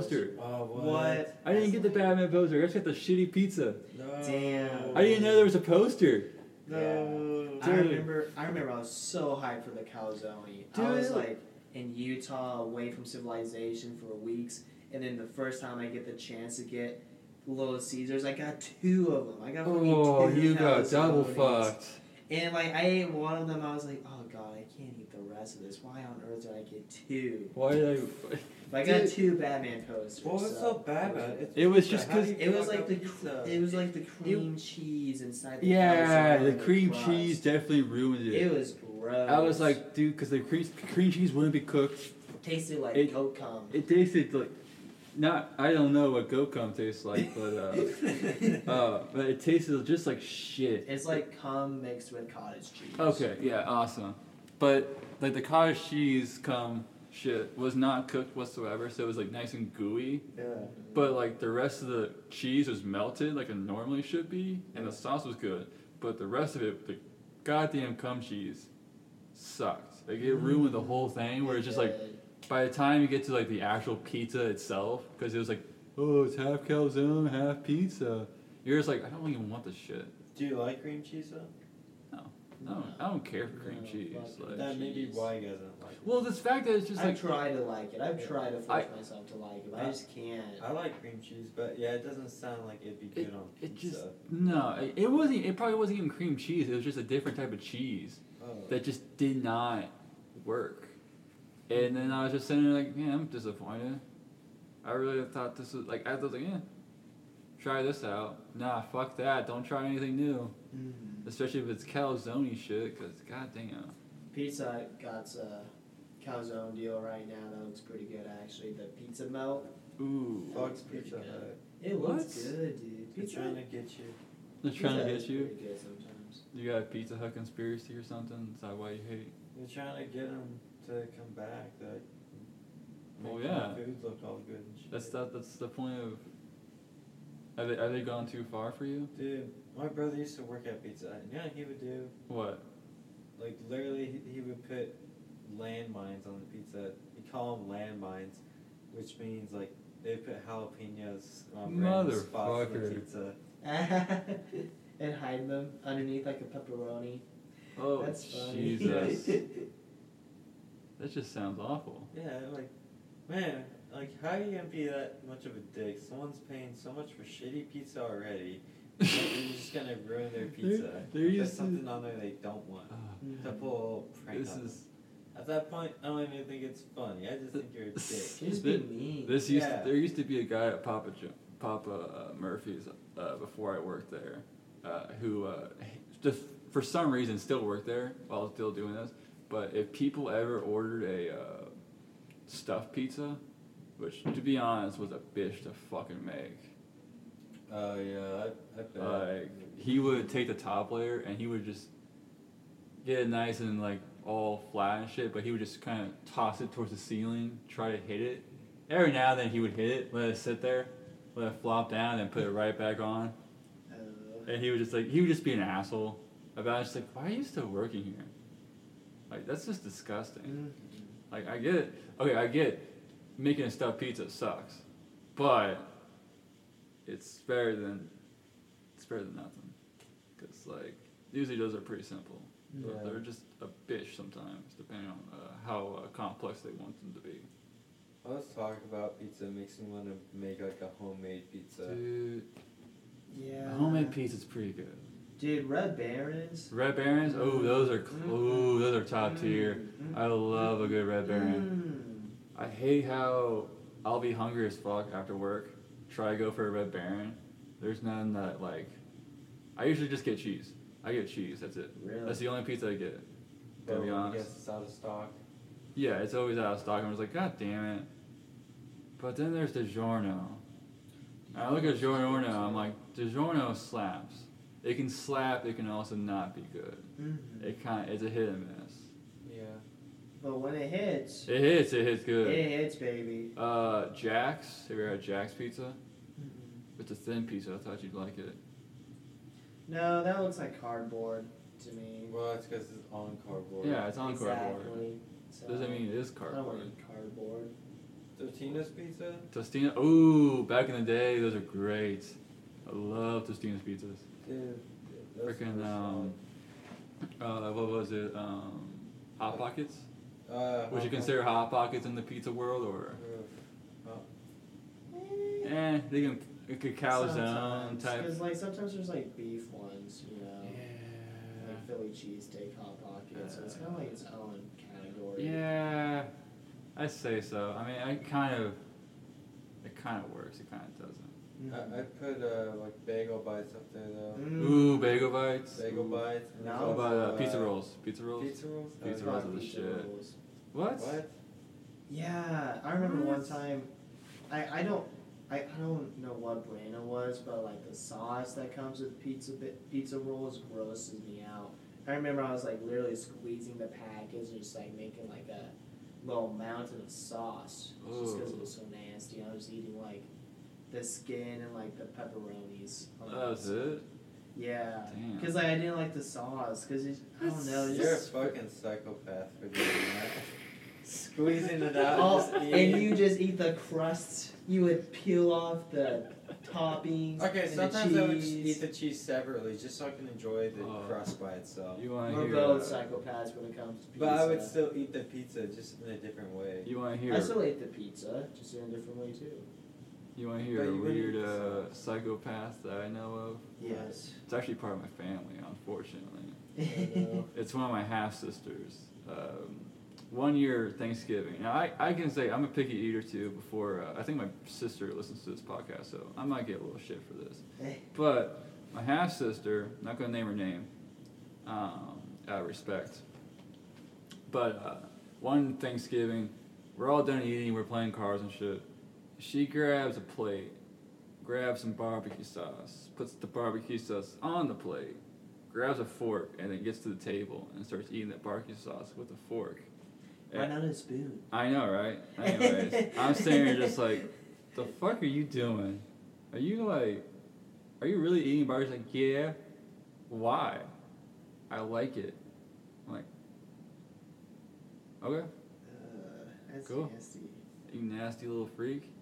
[SPEAKER 4] what?
[SPEAKER 1] What?
[SPEAKER 2] I didn't get the Batman poster. I just got the shitty pizza.
[SPEAKER 3] No.
[SPEAKER 1] Damn.
[SPEAKER 2] I didn't know there was a poster.
[SPEAKER 3] No.
[SPEAKER 1] I
[SPEAKER 2] Dude.
[SPEAKER 1] remember. I remember. I was so hyped for the calzone. I was
[SPEAKER 2] Dude.
[SPEAKER 1] like in Utah, away from civilization for weeks, and then the first time I get the chance to get Little Caesars, I got two of them. I got fucking
[SPEAKER 2] Oh,
[SPEAKER 1] two
[SPEAKER 2] you got double
[SPEAKER 1] calzones.
[SPEAKER 2] fucked.
[SPEAKER 1] And like I ate one of them, I was like, oh god, I can't eat the rest of this. Why on earth did I get two?
[SPEAKER 2] Why did I?
[SPEAKER 1] But I got
[SPEAKER 2] Dude.
[SPEAKER 1] two Batman posters.
[SPEAKER 3] What was so
[SPEAKER 1] so
[SPEAKER 3] bad about it?
[SPEAKER 2] It was
[SPEAKER 3] How
[SPEAKER 2] just
[SPEAKER 3] do
[SPEAKER 2] 'cause-
[SPEAKER 3] you
[SPEAKER 1] It was
[SPEAKER 3] fuck
[SPEAKER 1] like
[SPEAKER 3] up
[SPEAKER 1] the cr-
[SPEAKER 3] pizza?
[SPEAKER 1] it was like the cream cheese inside the
[SPEAKER 2] Yeah,
[SPEAKER 1] calzone
[SPEAKER 2] the
[SPEAKER 1] and
[SPEAKER 2] cream
[SPEAKER 1] crust.
[SPEAKER 2] cheese definitely ruined it.
[SPEAKER 1] It was gross.
[SPEAKER 2] I was like, dude, because the cream, cream cheese wouldn't be cooked.
[SPEAKER 1] tasted like
[SPEAKER 2] It-
[SPEAKER 1] goat cum.
[SPEAKER 2] It tasted like, not I don't know what goat cum tastes like, but uh, uh, but it tasted just like shit.
[SPEAKER 1] It's like cum mixed with cottage cheese.
[SPEAKER 2] Okay, yeah, awesome. But like the cottage cheese cum shit was not cooked whatsoever, so it was like nice and gooey.
[SPEAKER 1] Yeah.
[SPEAKER 2] But like the rest of the cheese was melted like it normally should be, and the sauce was good. But the rest of it, the goddamn cum cheese, sucked. Like it ruined the whole thing. Where it's just like by the time you get to like the actual pizza itself, because it was like, oh, it's half calzone, half pizza. You're just like, I don't even want this shit.
[SPEAKER 3] Do you like cream cheese though?
[SPEAKER 2] No, I don't care for cream
[SPEAKER 1] No,
[SPEAKER 2] cheese.
[SPEAKER 1] fuck
[SPEAKER 2] Like,
[SPEAKER 1] it.
[SPEAKER 3] That may be
[SPEAKER 1] cheese.
[SPEAKER 3] why you guys don't like it.
[SPEAKER 2] well, this fact that it's just
[SPEAKER 1] I
[SPEAKER 2] like
[SPEAKER 1] try to like it. I've tried to force
[SPEAKER 2] I-
[SPEAKER 1] myself to like it, but I just can't.
[SPEAKER 3] I like cream cheese, but yeah, it doesn't sound like it'd be good on
[SPEAKER 2] it
[SPEAKER 3] pizza.
[SPEAKER 2] just no, it- it wasn't. It probably wasn't even cream cheese. It was just a different type of cheese
[SPEAKER 3] oh.
[SPEAKER 2] that just did not work. And then I was just sitting there like, yeah, I'm disappointed. I really thought this was like I was like, yeah, try this out. Nah, fuck that. Don't try anything new,
[SPEAKER 1] Mm.
[SPEAKER 2] especially if it's calzone shit. Cause god damn.
[SPEAKER 1] Pizza Hut got a calzone deal right now. That looks pretty good, actually. The pizza melt.
[SPEAKER 2] Ooh,
[SPEAKER 1] Oh,
[SPEAKER 3] Fox
[SPEAKER 1] it's pretty
[SPEAKER 3] Pizza
[SPEAKER 1] good.
[SPEAKER 3] Hut.
[SPEAKER 1] It
[SPEAKER 2] What?
[SPEAKER 1] looks good, dude.
[SPEAKER 3] They're
[SPEAKER 1] Pizza
[SPEAKER 3] trying
[SPEAKER 1] Hut-
[SPEAKER 3] to get you.
[SPEAKER 2] they're
[SPEAKER 1] Pizza
[SPEAKER 2] trying to
[SPEAKER 1] Hut
[SPEAKER 2] get
[SPEAKER 1] is
[SPEAKER 2] you.
[SPEAKER 1] Pretty good sometimes.
[SPEAKER 2] You got a Pizza Hut conspiracy or something? Is that why you hate?
[SPEAKER 3] They're trying to get them to come back. Like,
[SPEAKER 2] Well,
[SPEAKER 3] make their
[SPEAKER 2] Oh, yeah.
[SPEAKER 3] Food look all good and shit.
[SPEAKER 2] That's that. That's the point of. Have they, have they gone too far for you?
[SPEAKER 3] Dude, my brother used to work at Pizza Hut. and You know what he would do?
[SPEAKER 2] What?
[SPEAKER 3] Like literally, he, he would put landmines on the pizza. He call them landmines, which means like they put jalapenos on random spots of the
[SPEAKER 2] Motherfucker.
[SPEAKER 3] pizza.
[SPEAKER 1] and hide them underneath like a pepperoni.
[SPEAKER 2] Oh
[SPEAKER 1] That's funny. Mm.
[SPEAKER 2] Jesus! that just sounds awful.
[SPEAKER 3] Yeah, like man, like how you gonna be that much of a dick? Someone's paying so much for shitty pizza already. and You're just gonna ruin their pizza.
[SPEAKER 2] There- there
[SPEAKER 3] There's
[SPEAKER 2] used to-
[SPEAKER 3] something on there they don't want.
[SPEAKER 2] Ugh,
[SPEAKER 3] The whole prank.
[SPEAKER 2] this
[SPEAKER 3] on them.
[SPEAKER 2] is
[SPEAKER 3] At that point, I don't even think it's funny. I just think you're a dick.
[SPEAKER 1] Just be mean.
[SPEAKER 2] this used.
[SPEAKER 3] Yeah.
[SPEAKER 2] there used to be a guy at Papa jo- Papa uh, Murphy's uh, before I worked there, uh, who uh, just for some reason still worked there while still doing this. But if people ever ordered a uh, stuffed pizza, which to be honest was a bitch to fucking make.
[SPEAKER 3] Oh yeah, I, I bet.
[SPEAKER 2] like he would take the top layer and he would just get it nice and like all flat and shit, but he would just kind of toss it towards the ceiling, try to hit it. Every now and then he would hit it, let it sit there, let it flop down, and put it right back on.
[SPEAKER 1] Oh.
[SPEAKER 2] And he would just like he would just be an asshole about it. just like why are you still working here? Like that's just disgusting.
[SPEAKER 1] Mhm.
[SPEAKER 2] Like I get it. Okay, I get it. making a stuffed pizza sucks, but it's better than it's better than nothing. Cause like usually those are pretty simple.
[SPEAKER 3] Yeah.
[SPEAKER 2] But they're just a bitch sometimes, depending on uh, how uh, complex they want them to be.
[SPEAKER 3] All this talk about pizza makes me want to make like a homemade pizza.
[SPEAKER 2] Dude,
[SPEAKER 1] Yeah.
[SPEAKER 2] homemade pizza's pretty good.
[SPEAKER 1] Dude, Red Barons.
[SPEAKER 2] Red Barons, oh those are cl- ooh those are top tier.
[SPEAKER 1] Mm.
[SPEAKER 2] I love a good Red Baron.
[SPEAKER 1] Mm.
[SPEAKER 2] I hate how I'll be hungry as fuck after work. Try to go for a Red Baron. There's none that like. I usually just get cheese. I get cheese. That's it.
[SPEAKER 1] Really?
[SPEAKER 2] That's the only pizza I get.
[SPEAKER 3] But
[SPEAKER 2] Gotta be
[SPEAKER 3] when
[SPEAKER 2] honest.
[SPEAKER 3] I guess it's out of stock.
[SPEAKER 2] Yeah, it's always out of stock. I'm just like, god damn it. But then there's DiGiorno. And I look at DiGiorno. I'm like, DiGiorno slaps. It can slap. It can also not be good.
[SPEAKER 1] Mhm.
[SPEAKER 2] It kind. It's a hit and miss.
[SPEAKER 3] Yeah.
[SPEAKER 1] But when it hits,
[SPEAKER 2] It hits. It hits good.
[SPEAKER 1] it hits, baby.
[SPEAKER 2] Uh, Jack's. Have you ever had Jack's pizza?
[SPEAKER 1] Mhm.
[SPEAKER 2] It's a thin pizza. I thought you'd like it.
[SPEAKER 1] No, that looks like cardboard to me.
[SPEAKER 3] Well, it's because it's on cardboard.
[SPEAKER 2] Yeah, it's on cardboard.
[SPEAKER 1] Exactly. So,
[SPEAKER 2] Doesn't mean it is
[SPEAKER 1] I don't want
[SPEAKER 2] cardboard.
[SPEAKER 1] any cardboard.
[SPEAKER 3] Totino's pizza.
[SPEAKER 2] Tostina. Ooh, back in the day, those are great. I love Tostina's pizzas.
[SPEAKER 3] Dude. that's
[SPEAKER 2] Freaking
[SPEAKER 3] pretty
[SPEAKER 2] um, uh, what was it? Um, hot pockets.
[SPEAKER 3] solid. Uh,
[SPEAKER 2] Would you
[SPEAKER 3] hot
[SPEAKER 2] consider hot pockets in the pizza world, or
[SPEAKER 3] dog. Oof. Oh,
[SPEAKER 2] eh? They can like a calzone
[SPEAKER 1] Sometimes,
[SPEAKER 2] type.
[SPEAKER 1] 'cause, like sometimes there's like beef ones, you know.
[SPEAKER 2] Yeah.
[SPEAKER 1] Like Philly cheesesteak, hot pockets. so it's kind of like its own category.
[SPEAKER 2] Yeah, I say so. I mean, I kind of. It kind of works. It kind of doesn't.
[SPEAKER 1] Mm-hmm.
[SPEAKER 3] I, I put uh, like bagel bites up there though.
[SPEAKER 1] Mm.
[SPEAKER 2] Ooh, bagel bites.
[SPEAKER 3] Bagel bites. and
[SPEAKER 1] Now
[SPEAKER 2] How about
[SPEAKER 3] also,
[SPEAKER 2] uh, pizza rolls? Pizza rolls.
[SPEAKER 3] Pizza rolls.
[SPEAKER 1] Oh, it's
[SPEAKER 2] Pizza
[SPEAKER 1] not
[SPEAKER 2] rolls are the
[SPEAKER 1] pizza
[SPEAKER 2] shit.
[SPEAKER 1] rolls.
[SPEAKER 2] What?
[SPEAKER 3] What?
[SPEAKER 1] Yeah, I remember one
[SPEAKER 2] What?
[SPEAKER 1] time. I, I don't I, I don't know what brand it was, but like the sauce that comes with pizza bi- pizza rolls grosses me out. I remember I was like literally squeezing the package and just like making like a little mountain of sauce just because it was so nasty. I was eating like the skin and like the pepperonis. on
[SPEAKER 2] That was it.
[SPEAKER 1] Yeah,
[SPEAKER 2] Damn.
[SPEAKER 1] because like I didn't like the sauce because I don't know. it
[SPEAKER 4] You're a
[SPEAKER 1] Just,
[SPEAKER 4] fucking psychopath for doing that.
[SPEAKER 3] Squeezing it out.
[SPEAKER 1] Oh,
[SPEAKER 3] just
[SPEAKER 1] and
[SPEAKER 3] eating.
[SPEAKER 1] you just eat the crusts. You would peel off the toppings.
[SPEAKER 4] Okay,
[SPEAKER 1] and
[SPEAKER 4] sometimes
[SPEAKER 1] the
[SPEAKER 4] I would just
[SPEAKER 1] cheese.
[SPEAKER 4] eat the cheese separately just so I can enjoy the
[SPEAKER 2] Oh.
[SPEAKER 4] crust by itself.
[SPEAKER 2] You want to
[SPEAKER 1] We're
[SPEAKER 2] hear?
[SPEAKER 1] both
[SPEAKER 2] uh,
[SPEAKER 1] psychopaths when it comes to pizza.
[SPEAKER 4] But I would still eat the pizza just in a different way.
[SPEAKER 2] You want to hear?
[SPEAKER 1] I still ate the pizza, just in a different way too.
[SPEAKER 2] You want to hear
[SPEAKER 4] But
[SPEAKER 2] a
[SPEAKER 4] you wouldn't
[SPEAKER 2] weird
[SPEAKER 4] eat the
[SPEAKER 2] uh, psychopath that I know of?
[SPEAKER 1] Yes.
[SPEAKER 2] It's actually part of my family, unfortunately.
[SPEAKER 4] know.
[SPEAKER 2] It's one of my half sisters. Um, one year Thanksgiving. Now I, I can say I'm a picky eater too. Before uh, I think my sister listens to this podcast, so I might get a little shit for this. But my half sister, not gonna name her name, um, out of respect. But uh, one Thanksgiving, we're all done eating, we're playing cards and shit. She grabs a plate, grabs some barbecue sauce, puts the barbecue sauce on the plate, grabs a fork, and then gets to the table and starts eating that barbecue sauce with a fork.
[SPEAKER 1] Why not a spoon?
[SPEAKER 2] I know, right? Anyways, I'm sitting here just like, the fuck are you doing? Are you like, are you really eating barbecue? Like, yeah. Why? I like it. I'm like, okay,
[SPEAKER 1] Uh, that's
[SPEAKER 2] Cool.
[SPEAKER 1] nasty.
[SPEAKER 2] you nasty little freak.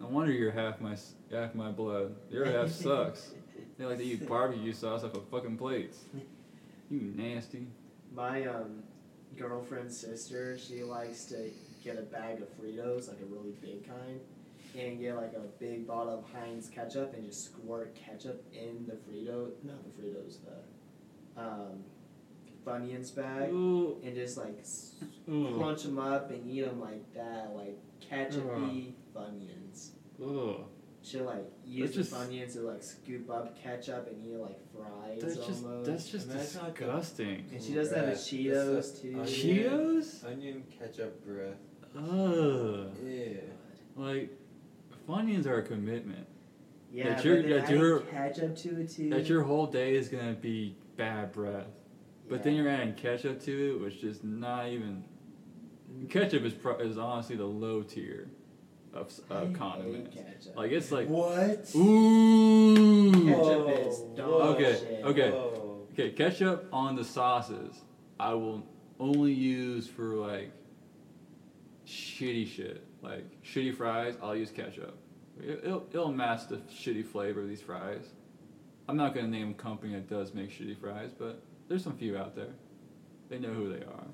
[SPEAKER 2] No wonder you're half my s- half my blood. Your half sucks. They like to eat barbecue sauce off of fucking plates. You nasty.
[SPEAKER 1] My um, girlfriend's sister, she likes to get a bag of Fritos, like a really big kind, and get like a big bottle of Heinz ketchup and just squirt ketchup in the Frito, not the Fritos, the um, Bunyan's bag,
[SPEAKER 2] Ooh,
[SPEAKER 1] and just like s-
[SPEAKER 2] ooh,
[SPEAKER 1] crunch them up and eat them like that, like ketchupy Funyuns.
[SPEAKER 2] ooh.
[SPEAKER 1] She'll like use
[SPEAKER 2] just-
[SPEAKER 1] the Funyuns to like scoop up ketchup and eat it like fries
[SPEAKER 2] That's just
[SPEAKER 1] almost.
[SPEAKER 2] that's just
[SPEAKER 4] Imagine how good-
[SPEAKER 2] disgusting.
[SPEAKER 1] and she does that with
[SPEAKER 4] Bread.
[SPEAKER 1] Cheetos
[SPEAKER 4] That's a-
[SPEAKER 1] too.
[SPEAKER 4] Oh, yeah.
[SPEAKER 2] Cheetos?
[SPEAKER 4] Onion ketchup breath.
[SPEAKER 2] Ugh.
[SPEAKER 4] Yeah.
[SPEAKER 2] Like, Funyuns are a commitment.
[SPEAKER 1] Yeah,
[SPEAKER 2] That
[SPEAKER 1] but
[SPEAKER 2] you're-
[SPEAKER 1] then
[SPEAKER 2] that
[SPEAKER 1] adding
[SPEAKER 2] you're-
[SPEAKER 1] ketchup to it too.
[SPEAKER 2] That your whole day is gonna be bad breath. But then you're adding ketchup to it, which is not even. Ketchup is pro- is honestly the low tier of s-
[SPEAKER 1] I
[SPEAKER 2] of
[SPEAKER 1] hate
[SPEAKER 2] condiments.
[SPEAKER 1] ketchup.
[SPEAKER 2] Like it's like
[SPEAKER 4] what?
[SPEAKER 2] ooh.
[SPEAKER 1] ketchup is
[SPEAKER 4] Whoa,
[SPEAKER 1] dog
[SPEAKER 2] okay,
[SPEAKER 1] shit.
[SPEAKER 2] okay.
[SPEAKER 4] Whoa.
[SPEAKER 2] Okay, ketchup on the sauces. I will only use for like shitty shit, like shitty fries. I'll use ketchup. It- It'll, it'll mask the shitty flavor of these fries. I'm not gonna name a company that does make shitty fries, but there's some few out there. They know who they are.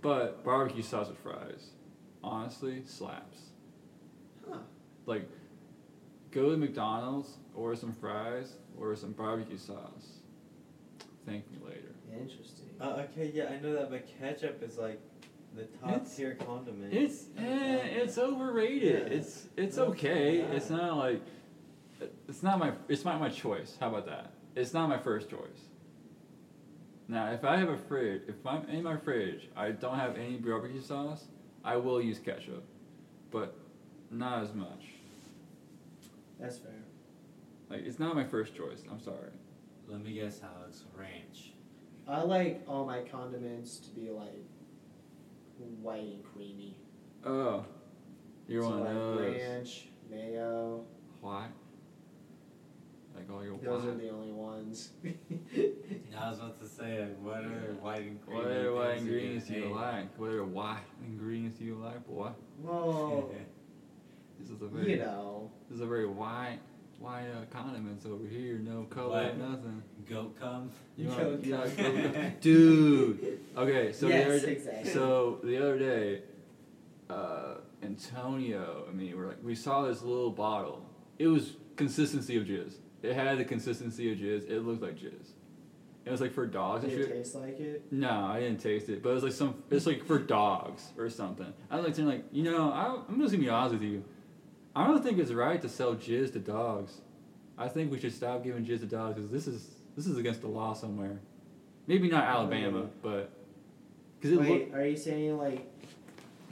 [SPEAKER 2] But barbecue sauce with fries, honestly, slaps.
[SPEAKER 1] Huh.
[SPEAKER 2] Like, go to McDonald's, order some fries, order some barbecue sauce. Thank me later.
[SPEAKER 1] Interesting.
[SPEAKER 3] Uh, okay, yeah, I know that, but ketchup is like the top
[SPEAKER 2] It's-
[SPEAKER 3] tier condiment.
[SPEAKER 2] It's eh, it's overrated.
[SPEAKER 3] Yeah.
[SPEAKER 2] It's it's
[SPEAKER 3] No,
[SPEAKER 2] okay.
[SPEAKER 3] yeah.
[SPEAKER 2] It's not like it's not my it's not my choice. How about that? It's not my first choice. Now, if I have a fridge, if I'm in my fridge, I don't have any barbecue sauce. I will use ketchup, but not as much.
[SPEAKER 1] That's fair.
[SPEAKER 2] Like it's not my first choice. I'm sorry.
[SPEAKER 4] Let me guess, Alex. Ranch.
[SPEAKER 1] I like all my condiments to be like white and creamy.
[SPEAKER 2] Oh, you're
[SPEAKER 1] so
[SPEAKER 2] one
[SPEAKER 1] like
[SPEAKER 2] of those.
[SPEAKER 1] ranch, mayo.
[SPEAKER 2] Why? Like all your
[SPEAKER 1] Those
[SPEAKER 2] why?
[SPEAKER 1] are the only ones.
[SPEAKER 4] I was about to say, like, what are white and green?
[SPEAKER 2] What are what ingredients do you like? What are why ingredients do you like, boy?
[SPEAKER 1] well,
[SPEAKER 2] Oh. This is a very
[SPEAKER 1] you know.
[SPEAKER 2] this is a very wide wide uh, condiments over here, no color,
[SPEAKER 4] Why?
[SPEAKER 2] nothing.
[SPEAKER 4] Goat cum.
[SPEAKER 2] You
[SPEAKER 1] No
[SPEAKER 2] want- you
[SPEAKER 1] color.
[SPEAKER 2] like goat- dude. Okay, so
[SPEAKER 1] Yes,
[SPEAKER 2] the other day,
[SPEAKER 1] exactly.
[SPEAKER 2] so the other day, uh, Antonio, I mean, we're like we saw this little bottle. It was consistency of jizz. It had the consistency of jizz. It looked like jizz. It was like for dogs
[SPEAKER 1] Does
[SPEAKER 2] and
[SPEAKER 1] it
[SPEAKER 2] shit.
[SPEAKER 1] taste like it?
[SPEAKER 2] No, I didn't taste it, but it was like some. It's like for dogs or something. I was like, saying, like you know, I, I'm just gonna be honest with you. I don't think it's right to sell jizz to dogs. I think we should stop giving jizz to dogs because this is this is against the law somewhere. Maybe not Alabama, but because it
[SPEAKER 1] Wait,
[SPEAKER 2] look,
[SPEAKER 1] are you saying like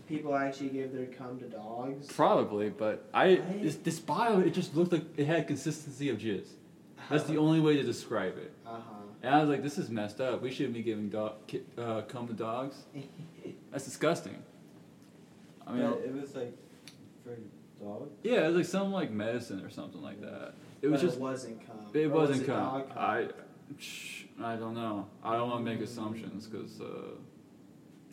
[SPEAKER 1] people actually give their cum to dogs?
[SPEAKER 2] probably, but I
[SPEAKER 1] I-
[SPEAKER 2] this, this bottle it just looked like it had consistency of jizz. That's the only way to describe it.
[SPEAKER 1] Uh huh.
[SPEAKER 2] And I was like, this is messed up. We shouldn't be giving dog ki- uh, cum to dogs. That's disgusting. I mean,
[SPEAKER 3] but it was like for dog.
[SPEAKER 2] yeah, it was like some like medicine or something like that. It was
[SPEAKER 1] But
[SPEAKER 2] just
[SPEAKER 1] it wasn't cum.
[SPEAKER 2] it
[SPEAKER 1] Or was
[SPEAKER 2] wasn't cum.
[SPEAKER 1] dog cum?
[SPEAKER 2] I shh, I don't know. I don't want to make assumptions because uh,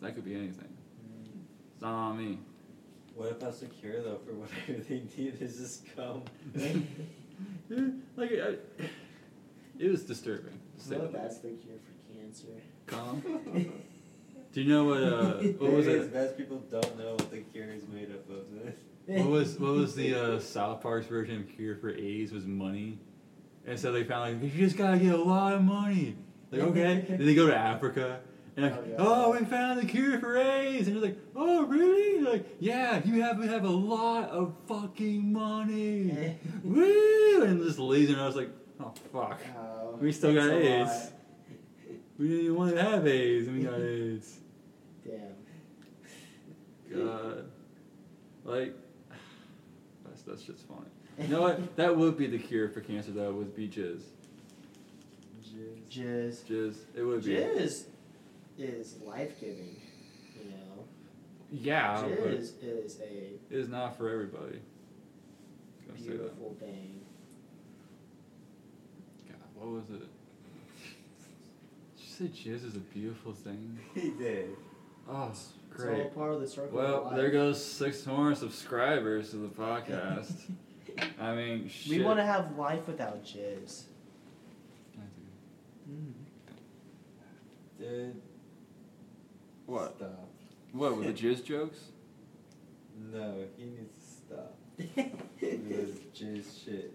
[SPEAKER 2] that could be anything.
[SPEAKER 1] Mm.
[SPEAKER 2] It's not on me.
[SPEAKER 3] What if that's a cure though for whatever they need is just cum?
[SPEAKER 2] like I, it was disturbing. To say
[SPEAKER 1] Well,
[SPEAKER 2] the least.
[SPEAKER 1] that's the cure for cancer.
[SPEAKER 2] Cum? Do you know what? Uh, what
[SPEAKER 3] Maybe
[SPEAKER 2] was
[SPEAKER 3] it's
[SPEAKER 2] it?
[SPEAKER 3] best people don't know what the cure is made up of.
[SPEAKER 2] What was what was the uh, South Park's version of cure for AIDS was money, and so they found like you just gotta get a lot of money. Like okay, then they go to Africa and like,
[SPEAKER 1] Oh, yeah.
[SPEAKER 2] oh, we found the cure for AIDS, and they're like oh really? They're like yeah, you have to have a lot of fucking money, woo! And just lazy, and I was like oh fuck,
[SPEAKER 1] Oh,
[SPEAKER 2] We still got
[SPEAKER 1] thanks a
[SPEAKER 2] AIDS.
[SPEAKER 1] lot.
[SPEAKER 2] we didn't even want to have AIDS, and we got AIDS.
[SPEAKER 1] Damn.
[SPEAKER 2] God. Like, that's, that's just funny. You know what? That would be the cure for cancer, though, would be jizz.
[SPEAKER 1] Jizz.
[SPEAKER 2] Jizz. It would be.
[SPEAKER 1] Jizz is life giving. You know,
[SPEAKER 2] Yeah. but
[SPEAKER 1] jizz is a
[SPEAKER 2] It is not for everybody. Gonna say that.
[SPEAKER 1] beautiful thing.
[SPEAKER 2] God, what was it? Did you say jizz is a beautiful thing?
[SPEAKER 3] he did.
[SPEAKER 2] Oh,
[SPEAKER 1] It's
[SPEAKER 2] great.
[SPEAKER 1] all part of the circle. of
[SPEAKER 2] Well,
[SPEAKER 1] life.
[SPEAKER 2] there goes six more subscribers to the podcast. I mean, shit.
[SPEAKER 1] We want to have life without jibs.
[SPEAKER 2] Mm.
[SPEAKER 3] Dude.
[SPEAKER 2] What?
[SPEAKER 3] Stop.
[SPEAKER 2] What, with the jizz jokes?
[SPEAKER 3] No, he needs to stop.
[SPEAKER 1] Mm.
[SPEAKER 3] This jizz shit.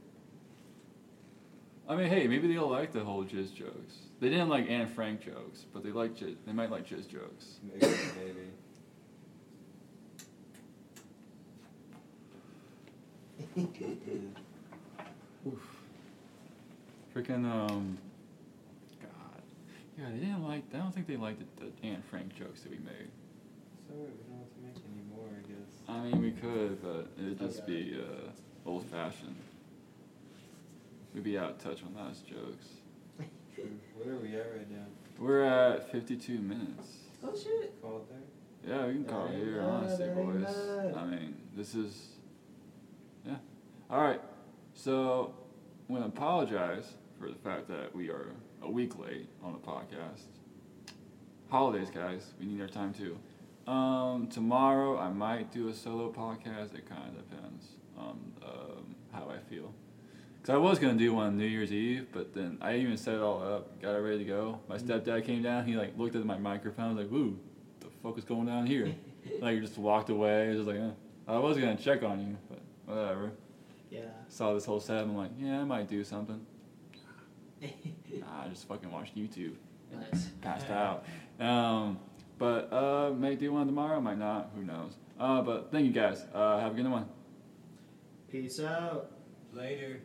[SPEAKER 2] I mean, hey, maybe they'll like the whole jizz jokes. They didn't like Anne Frank jokes, but they like jizz, they might like jizz jokes.
[SPEAKER 3] Maybe. maybe.
[SPEAKER 2] Freaking um, God, yeah, they didn't like. I don't think they liked the, the Anne Frank jokes that we made.
[SPEAKER 3] Sorry, we don't have to make any more, I guess.
[SPEAKER 2] I mean, we could, but it'd just
[SPEAKER 1] Okay.
[SPEAKER 2] be uh, old fashioned. We'd be out of touch on last jokes.
[SPEAKER 3] What are we at right now?
[SPEAKER 2] We're at fifty-two minutes.
[SPEAKER 1] oh shit.
[SPEAKER 3] Call it there?
[SPEAKER 2] Yeah, we can call it
[SPEAKER 1] Very
[SPEAKER 2] here,
[SPEAKER 1] good,
[SPEAKER 2] honestly,
[SPEAKER 1] very
[SPEAKER 2] boys.
[SPEAKER 1] good.
[SPEAKER 2] I mean, this is, yeah. All right, so I'm gonna apologize for the fact that we are a week late on the podcast. Holidays, guys, we need our time too. Um, tomorrow I might do a solo podcast. It kind of depends on um, how I feel. Cause I was gonna do one on New Year's Eve, but then I even set it all up, got it ready to go. My stepdad came down. He like looked at my microphone, like, "Woo, the fuck is going down here?" like just walked away. It was like, eh. I was gonna check on you, but whatever.
[SPEAKER 1] Yeah.
[SPEAKER 2] Saw this whole setup. I'm like, yeah, I might do something.
[SPEAKER 1] nice.
[SPEAKER 2] Nah, I just fucking watched YouTube. Passed out. Um, but uh, may do one tomorrow. Might not. Who knows? Uh, but thank you guys. Uh, have a good one.
[SPEAKER 1] Peace out.
[SPEAKER 4] Later.